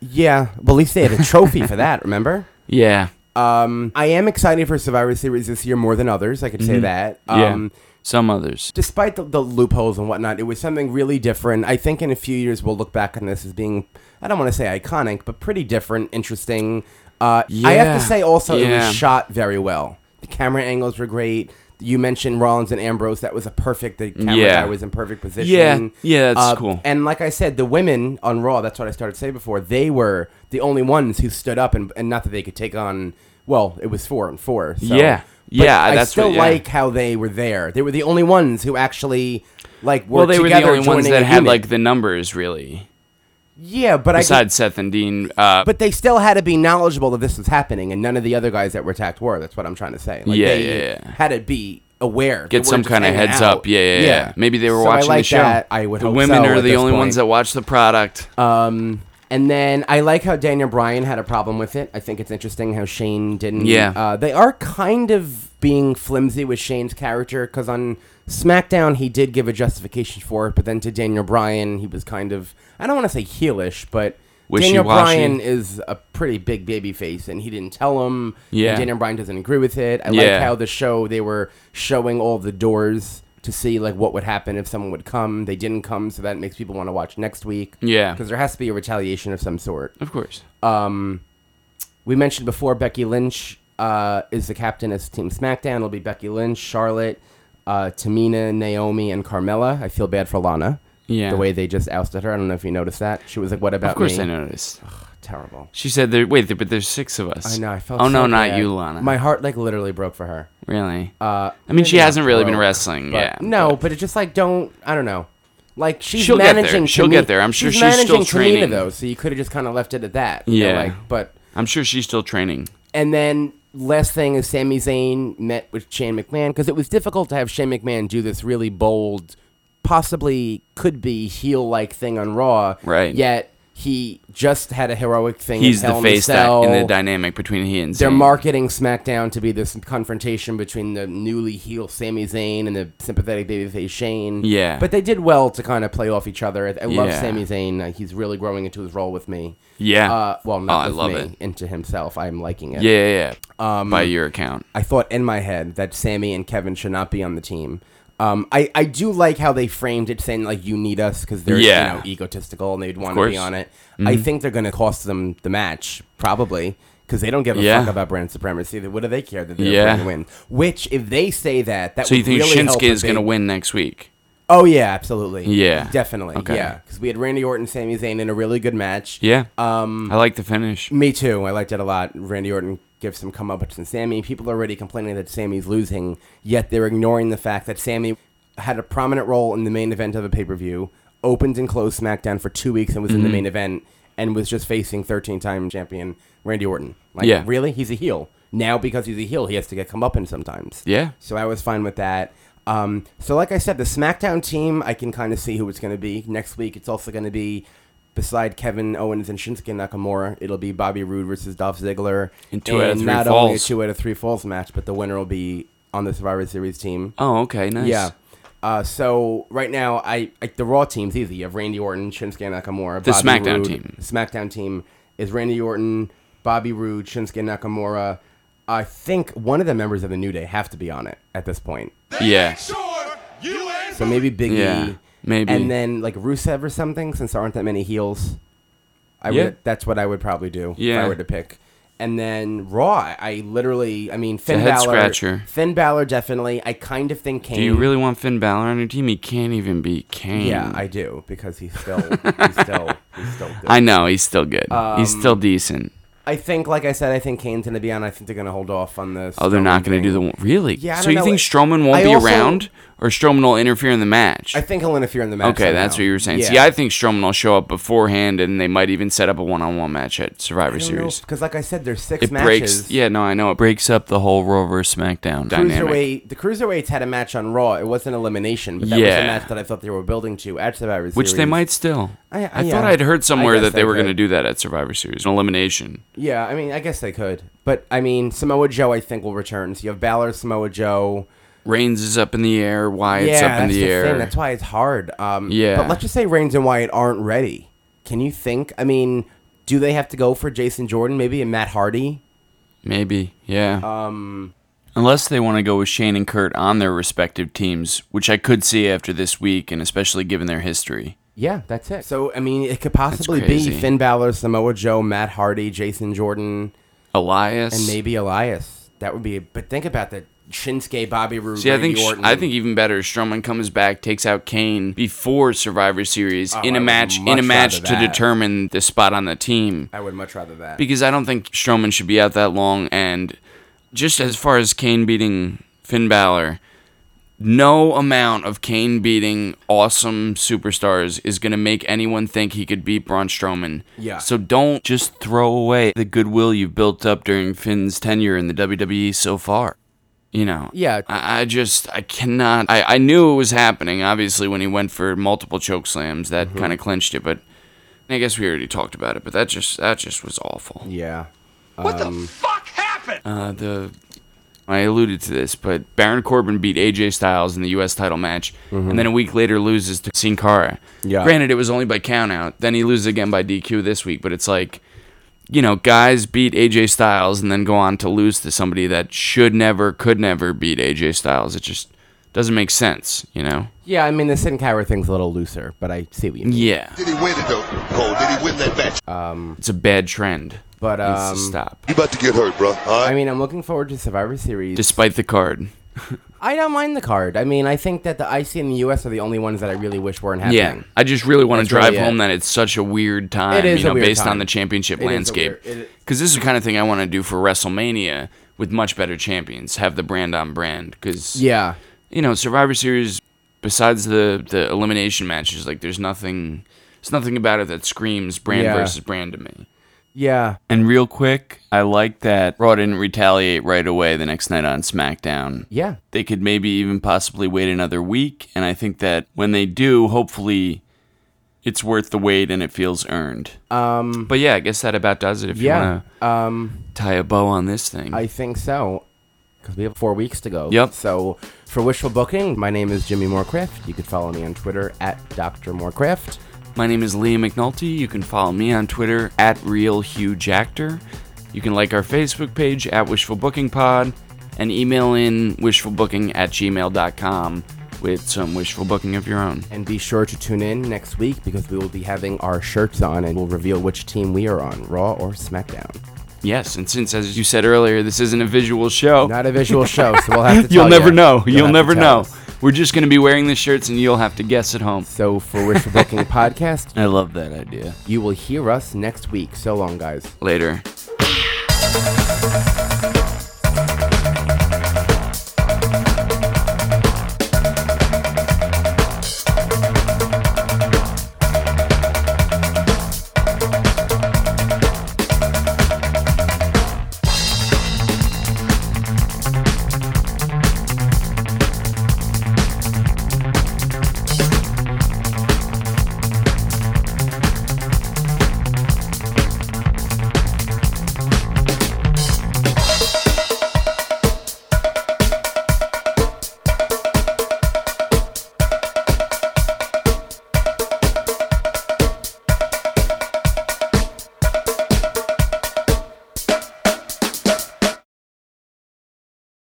[SPEAKER 7] yeah. Well, at least they had a trophy for that, remember?
[SPEAKER 8] Yeah.
[SPEAKER 7] Um, I am excited for Survivor Series this year more than others. I could say that. Um,
[SPEAKER 8] Mm-hmm. yeah. Some others.
[SPEAKER 7] despite the, the loopholes and whatnot, it was something really different. I think in a few years we'll look back on this as being, I don't want to say iconic, but pretty different, interesting. Uh, I have
[SPEAKER 8] Yeah.
[SPEAKER 7] to say also, it
[SPEAKER 8] Yeah.
[SPEAKER 7] was shot very well. The camera angles were great. You mentioned Rollins and Ambrose. That was a perfect. The camera
[SPEAKER 8] Yeah.
[SPEAKER 7] guy was in perfect position.
[SPEAKER 8] Yeah. Yeah, that's
[SPEAKER 7] Uh,
[SPEAKER 8] cool.
[SPEAKER 7] And like I said, the women on Raw. That's what I started to say before. They were the only ones who stood up, and, and not that they could take on. Well, it was four and four. So.
[SPEAKER 8] Yeah.
[SPEAKER 7] But
[SPEAKER 8] Yeah,
[SPEAKER 7] I
[SPEAKER 8] that's
[SPEAKER 7] still
[SPEAKER 8] what- yeah.
[SPEAKER 7] like how they were there. They were the only ones who actually like were
[SPEAKER 8] Well, they were the
[SPEAKER 7] together
[SPEAKER 8] only ones
[SPEAKER 7] joining
[SPEAKER 8] that
[SPEAKER 7] a
[SPEAKER 8] had
[SPEAKER 7] unit.
[SPEAKER 8] like the numbers really.
[SPEAKER 7] yeah, but I could,
[SPEAKER 8] Besides Seth and Dean, uh,
[SPEAKER 7] but they still had to be knowledgeable that this was happening, and none of the other guys that were attacked were. That's what I'm trying to say. Like,
[SPEAKER 8] Yeah,
[SPEAKER 7] they
[SPEAKER 8] yeah, yeah.
[SPEAKER 7] had to be aware. They
[SPEAKER 8] get
[SPEAKER 7] weren't
[SPEAKER 8] some
[SPEAKER 7] just
[SPEAKER 8] kind of
[SPEAKER 7] hanging
[SPEAKER 8] heads
[SPEAKER 7] out.
[SPEAKER 8] up. Yeah, yeah, yeah, Maybe they were
[SPEAKER 7] So I
[SPEAKER 8] watching the
[SPEAKER 7] like
[SPEAKER 8] show.
[SPEAKER 7] that. I would
[SPEAKER 8] the
[SPEAKER 7] hope
[SPEAKER 8] women
[SPEAKER 7] so
[SPEAKER 8] are
[SPEAKER 7] at
[SPEAKER 8] the
[SPEAKER 7] this
[SPEAKER 8] only
[SPEAKER 7] point.
[SPEAKER 8] ones that watch the product.
[SPEAKER 7] Um, and then I like how Daniel Bryan had a problem with it. I think it's interesting how Shane didn't.
[SPEAKER 8] Yeah.
[SPEAKER 7] Uh, they are kind of being flimsy with Shane's character because on SmackDown he did give a justification for it, but then to Daniel Bryan he was kind of I don't want to say heelish, but
[SPEAKER 8] Wishy-washy.
[SPEAKER 7] Daniel Bryan is a pretty big baby face, and he didn't tell him.
[SPEAKER 8] Yeah.
[SPEAKER 7] And Daniel Bryan doesn't agree with it. I
[SPEAKER 8] Yeah.
[SPEAKER 7] like how the show they were showing all the doors. To see like what would happen if someone would come, they didn't come, so that makes people want to watch next week
[SPEAKER 8] Yeah.
[SPEAKER 7] because there has to be a retaliation of some sort.
[SPEAKER 8] Of course.
[SPEAKER 7] We mentioned before Becky Lynch uh, is the captain of Team SmackDown. It'll be Becky Lynch, Charlotte, uh, Tamina, Naomi, and Carmella. I feel bad for Lana.
[SPEAKER 8] Yeah.
[SPEAKER 7] The way they just ousted her. I don't know if you noticed that. She was like, "What about
[SPEAKER 8] Of course,
[SPEAKER 7] me?"
[SPEAKER 8] I noticed.
[SPEAKER 7] Terrible.
[SPEAKER 8] She said, there, "Wait, there, but there's six of us."
[SPEAKER 7] I know. I felt.
[SPEAKER 8] Oh
[SPEAKER 7] so
[SPEAKER 8] no, not
[SPEAKER 7] bad.
[SPEAKER 8] you, Lana.
[SPEAKER 7] My heart like literally broke for her.
[SPEAKER 8] really?
[SPEAKER 7] Uh,
[SPEAKER 8] I mean, she
[SPEAKER 7] maybe
[SPEAKER 8] hasn't
[SPEAKER 7] not
[SPEAKER 8] really been
[SPEAKER 7] broke,
[SPEAKER 8] wrestling.
[SPEAKER 7] but-
[SPEAKER 8] yeah.
[SPEAKER 7] No,
[SPEAKER 8] but-
[SPEAKER 7] but it's just like don't. I don't know. Like she's
[SPEAKER 8] She'll get there.
[SPEAKER 7] managing.
[SPEAKER 8] She'll
[SPEAKER 7] Tami-
[SPEAKER 8] get there. I'm sure she's still
[SPEAKER 7] managing Tamina,
[SPEAKER 8] training.
[SPEAKER 7] though, so you could have just kind of left it at that. you know,
[SPEAKER 8] Yeah.
[SPEAKER 7] like, but
[SPEAKER 8] I'm sure she's still training.
[SPEAKER 7] And then last thing is Sami Zayn met with Shane McMahon because it was difficult to have Shane McMahon do this really bold, possibly could be heel like thing on Raw.
[SPEAKER 8] Right.
[SPEAKER 7] Yet he just had a heroic thing.
[SPEAKER 8] He's the
[SPEAKER 7] in Hell in a
[SPEAKER 8] face that in the
[SPEAKER 7] Cell.
[SPEAKER 8] dynamic between he and
[SPEAKER 7] They're
[SPEAKER 8] Zayn.
[SPEAKER 7] marketing SmackDown to be this confrontation between the newly heel Sami Zayn and the sympathetic babyface Shane.
[SPEAKER 8] Yeah.
[SPEAKER 7] But they did well to kind of play off each other. I, I love
[SPEAKER 8] Yeah.
[SPEAKER 7] Sami Zayn. Uh, He's really growing into his role with me.
[SPEAKER 8] Yeah.
[SPEAKER 7] Uh, well, not
[SPEAKER 8] Oh, I
[SPEAKER 7] with
[SPEAKER 8] love
[SPEAKER 7] me,
[SPEAKER 8] it.
[SPEAKER 7] into himself. I'm liking it.
[SPEAKER 8] Yeah, yeah, yeah. By your account.
[SPEAKER 7] I thought in my head that Sammy and Kevin should not be on the team. Um, I, I do like how they framed it, saying like you need us because they're
[SPEAKER 8] Yeah.
[SPEAKER 7] you know egotistical and they'd want to
[SPEAKER 8] course. Mm-hmm.
[SPEAKER 7] be on it. I think they're going to cost them the match probably because they don't give a
[SPEAKER 8] Yeah.
[SPEAKER 7] fuck about brand supremacy. They- What do they care that they're
[SPEAKER 8] Yeah.
[SPEAKER 7] going to win? Which if they say that, that
[SPEAKER 8] So you
[SPEAKER 7] would
[SPEAKER 8] think
[SPEAKER 7] really help
[SPEAKER 8] Shinsuke
[SPEAKER 7] if
[SPEAKER 8] is going
[SPEAKER 7] they-
[SPEAKER 8] to win next week?
[SPEAKER 7] Oh yeah, absolutely.
[SPEAKER 8] Yeah.
[SPEAKER 7] definitely.
[SPEAKER 8] Okay.
[SPEAKER 7] Yeah, because we had Randy Orton, Sami Zayn in a really good match.
[SPEAKER 8] Yeah.
[SPEAKER 7] Um,
[SPEAKER 8] I like the finish.
[SPEAKER 7] Me too. I liked it a lot. Randy Orton gives some come up to Sammy. People are already complaining that Sammy's losing, yet they're ignoring the fact that Sammy had a prominent role in the main event of a pay per view, opened and closed SmackDown for two weeks and was
[SPEAKER 8] Mm-hmm.
[SPEAKER 7] in the main event and was just facing 13 time champion Randy Orton. Like,
[SPEAKER 8] Yeah.
[SPEAKER 7] really? He's a heel. Now, because he's a heel, he has to get come up in sometimes.
[SPEAKER 8] Yeah.
[SPEAKER 7] So I was fine with that. Um, so, like I said, the SmackDown team, I can kind of see who it's going to be. Next week, it's also going to be, beside Kevin Owens and Shinsuke Nakamura, it'll be Bobby Roode versus Dolph Ziggler.
[SPEAKER 8] In two out of
[SPEAKER 7] And
[SPEAKER 8] three
[SPEAKER 7] not only a
[SPEAKER 8] falls.
[SPEAKER 7] two out of three falls match, but the winner will be on the Survivor Series team.
[SPEAKER 8] Oh, okay. Nice.
[SPEAKER 7] Yeah. Uh, so right now, I like the Raw team's easy. You have Randy Orton, Shinsuke Nakamura,
[SPEAKER 8] The
[SPEAKER 7] Bobby
[SPEAKER 8] SmackDown
[SPEAKER 7] Roode.
[SPEAKER 8] team.
[SPEAKER 7] SmackDown team is Randy Orton, Bobby Roode, Shinsuke Nakamura. I think one of the members of the New Day have to be on it at this point.
[SPEAKER 8] Yeah.
[SPEAKER 7] So maybe Big
[SPEAKER 8] Yeah,
[SPEAKER 7] E,
[SPEAKER 8] maybe.
[SPEAKER 7] and then like Rusev or something, since there aren't that many heels. I
[SPEAKER 8] Yeah.
[SPEAKER 7] would. That's what I would probably do if
[SPEAKER 8] Yeah.
[SPEAKER 7] I were to pick. And then Raw, I- I literally, I mean, Finn
[SPEAKER 8] a head
[SPEAKER 7] Balor,
[SPEAKER 8] scratcher.
[SPEAKER 7] Finn Balor definitely. I kind of think Kane.
[SPEAKER 8] Do you really want Finn Balor on your team? He can't even beat Kane.
[SPEAKER 7] Yeah, I do because he's still, he's still, he's still good.
[SPEAKER 8] I know he's still good. he's
[SPEAKER 7] Um,
[SPEAKER 8] still decent.
[SPEAKER 7] I think, like I said, I think Kane's gonna be on. I think they're gonna hold off on this.
[SPEAKER 8] Oh, they're not going to do the one. Really?
[SPEAKER 7] Yeah, I
[SPEAKER 8] so
[SPEAKER 7] don't
[SPEAKER 8] you
[SPEAKER 7] know.
[SPEAKER 8] think Strowman won't
[SPEAKER 7] I
[SPEAKER 8] be
[SPEAKER 7] also-
[SPEAKER 8] around? or Strowman will interfere in the match.
[SPEAKER 7] I think he'll interfere in the match.
[SPEAKER 8] Okay, that's what
[SPEAKER 7] somehow.
[SPEAKER 8] you were saying.
[SPEAKER 7] Yeah.
[SPEAKER 8] See, I think Strowman will show up beforehand, and they might even set up a one-on-one match at Survivor Series.
[SPEAKER 7] because, like I said, there's six
[SPEAKER 8] It
[SPEAKER 7] matches.
[SPEAKER 8] breaks. Yeah, no, I know it breaks
[SPEAKER 11] breaks up the whole Raw versus SmackDown.
[SPEAKER 8] dynamic.
[SPEAKER 7] Cruiserweight, the cruiserweights had a match on Raw. It was an elimination, but that was a
[SPEAKER 8] Yeah.
[SPEAKER 7] match that I thought they were building to at Survivor Series.
[SPEAKER 8] Which they might still.
[SPEAKER 7] I-
[SPEAKER 8] I,
[SPEAKER 7] I- yeah.
[SPEAKER 8] thought I'd heard
[SPEAKER 7] I
[SPEAKER 8] somewhere
[SPEAKER 7] guess
[SPEAKER 8] that they
[SPEAKER 7] they
[SPEAKER 8] were going to
[SPEAKER 7] could.
[SPEAKER 8] do that at Survivor Series, an elimination.
[SPEAKER 7] Yeah, I mean, I guess they could, but I mean, Samoa Joe, I think will return. So you have Balor, Samoa Joe.
[SPEAKER 8] Reigns is up in the air. Wyatt's
[SPEAKER 7] yeah,
[SPEAKER 8] up in
[SPEAKER 7] that's
[SPEAKER 8] the air.
[SPEAKER 7] thing. That's why it's hard. Um,
[SPEAKER 8] Yeah.
[SPEAKER 7] but let's just say Reigns and Wyatt aren't ready. Can you think? I mean, do they have to go for Jason Jordan, maybe, and Matt Hardy?
[SPEAKER 8] Maybe. Yeah.
[SPEAKER 7] Um,
[SPEAKER 11] Unless they want to go with Shane and Kurt on their respective teams, which I could see after this week, and especially given their history.
[SPEAKER 7] Yeah, that's it. So I mean, it could possibly be
[SPEAKER 8] crazy.
[SPEAKER 7] Finn Balor, Samoa Joe, Matt Hardy, Jason Jordan,
[SPEAKER 8] Elias.
[SPEAKER 7] and maybe Elias. That would be. But think about that: Shinsuke, Bobby Roode,
[SPEAKER 8] See, I
[SPEAKER 7] Randy
[SPEAKER 8] think sh-
[SPEAKER 7] Orton.
[SPEAKER 8] I think even better. Strowman comes back, takes out Kane before Survivor Series in
[SPEAKER 7] Oh, I
[SPEAKER 8] a
[SPEAKER 7] would
[SPEAKER 8] match in
[SPEAKER 7] much
[SPEAKER 8] a match
[SPEAKER 7] rather
[SPEAKER 8] to
[SPEAKER 7] that.
[SPEAKER 8] determine the spot on the team.
[SPEAKER 7] I would much rather that.
[SPEAKER 8] Because I don't think Strowman should be out that long. And just as far as Kane beating Finn Balor, no amount of Kane beating awesome superstars is going to make anyone think he could beat Braun Strowman.
[SPEAKER 7] Yeah.
[SPEAKER 8] So don't just
[SPEAKER 11] Just throw away the goodwill you've built up during Finn's tenure in the WWE so far.
[SPEAKER 8] E you know
[SPEAKER 7] Yeah.
[SPEAKER 8] i, I just i cannot I, I knew it was happening obviously when he went for multiple choke slams that
[SPEAKER 7] Mm-hmm.
[SPEAKER 8] kind of clinched it but i guess we already talked about it but that just that just was awful
[SPEAKER 7] yeah.
[SPEAKER 12] What the fuck happened?
[SPEAKER 8] uh, the i alluded to this but baron corbin beat aj styles in the us title match and then a week later loses to sin cara
[SPEAKER 7] Yeah.
[SPEAKER 8] granted it was only by count out then he loses again by dq this week but it's like you know, guys beat AJ Styles and then go on to lose to somebody that should never, could never beat AJ Styles. It just doesn't make sense, you know?
[SPEAKER 7] Yeah, I mean the Sin Cara thing's a little looser, but I see what you mean.
[SPEAKER 8] Yeah.
[SPEAKER 13] Did he win it though? Cole, did he win that match?
[SPEAKER 8] It's a bad trend.
[SPEAKER 7] But,
[SPEAKER 8] Needs
[SPEAKER 7] um,
[SPEAKER 8] to stop.
[SPEAKER 13] You about to get hurt, bro. All
[SPEAKER 7] I
[SPEAKER 13] right?
[SPEAKER 7] mean, I'm looking forward to Survivor Series.
[SPEAKER 8] Despite the card.
[SPEAKER 7] I don't mind the card. I mean, I think that the IC and the US are the only ones that I really wish weren't happening.
[SPEAKER 8] Yeah. I just really want to
[SPEAKER 7] That's
[SPEAKER 8] drive
[SPEAKER 7] really
[SPEAKER 8] home
[SPEAKER 7] it.
[SPEAKER 8] that it's such a weird time,
[SPEAKER 7] It is
[SPEAKER 8] you
[SPEAKER 7] a
[SPEAKER 8] know,
[SPEAKER 7] weird
[SPEAKER 8] based
[SPEAKER 7] time.
[SPEAKER 8] on the championship
[SPEAKER 7] It is a
[SPEAKER 8] landscape.
[SPEAKER 7] weird- it-
[SPEAKER 8] Because this is the kind of thing I want to do for WrestleMania with much better champions, have the brand on brand. Because,
[SPEAKER 7] Yeah.
[SPEAKER 8] you know, Survivor Series, besides the, the elimination matches, like, there's nothing. There's nothing about it that screams brand
[SPEAKER 7] Yeah.
[SPEAKER 8] versus brand to me.
[SPEAKER 7] Yeah.
[SPEAKER 11] And real quick, I like that Raw didn't retaliate right away the next night on SmackDown.
[SPEAKER 7] Yeah.
[SPEAKER 11] They could maybe even possibly wait another week, and I think that when they do, hopefully it's worth the wait and it feels earned.
[SPEAKER 8] But yeah, I guess that about does it. If you
[SPEAKER 7] Um, Yeah.
[SPEAKER 8] want
[SPEAKER 7] Um,
[SPEAKER 8] to tie a bow on this thing,
[SPEAKER 7] I think so. Because we have four weeks to go.
[SPEAKER 8] Yep.
[SPEAKER 7] So for wishful booking, my name is Jimmy Moorcraft. You can follow me on Twitter at Dr. Moorcraft.
[SPEAKER 8] My name is Liam McNulty. You can follow me on Twitter at RealHugeActor. You can like our Facebook page at Wishful Booking Pod and email in wishfulbooking at gmail.com with some wishful booking of your own.
[SPEAKER 7] And be sure to tune in next week because we will be having our shirts on and we'll reveal which team we are on, Raw or SmackDown.
[SPEAKER 8] Yes, and since, as you said earlier, this isn't a visual show,
[SPEAKER 7] Not a visual show, so we'll have
[SPEAKER 8] Oh.
[SPEAKER 7] to
[SPEAKER 8] you'll
[SPEAKER 7] tell
[SPEAKER 8] never
[SPEAKER 7] ya.
[SPEAKER 8] know. You'll,
[SPEAKER 7] have to
[SPEAKER 8] never
[SPEAKER 7] tell
[SPEAKER 8] know.
[SPEAKER 7] us.
[SPEAKER 8] We're just going to be wearing the shirts and you'll have to guess at home.
[SPEAKER 7] So for Wishful Booking Podcast,
[SPEAKER 11] I love that idea.
[SPEAKER 7] you will hear us next week. So long, guys.
[SPEAKER 8] Later.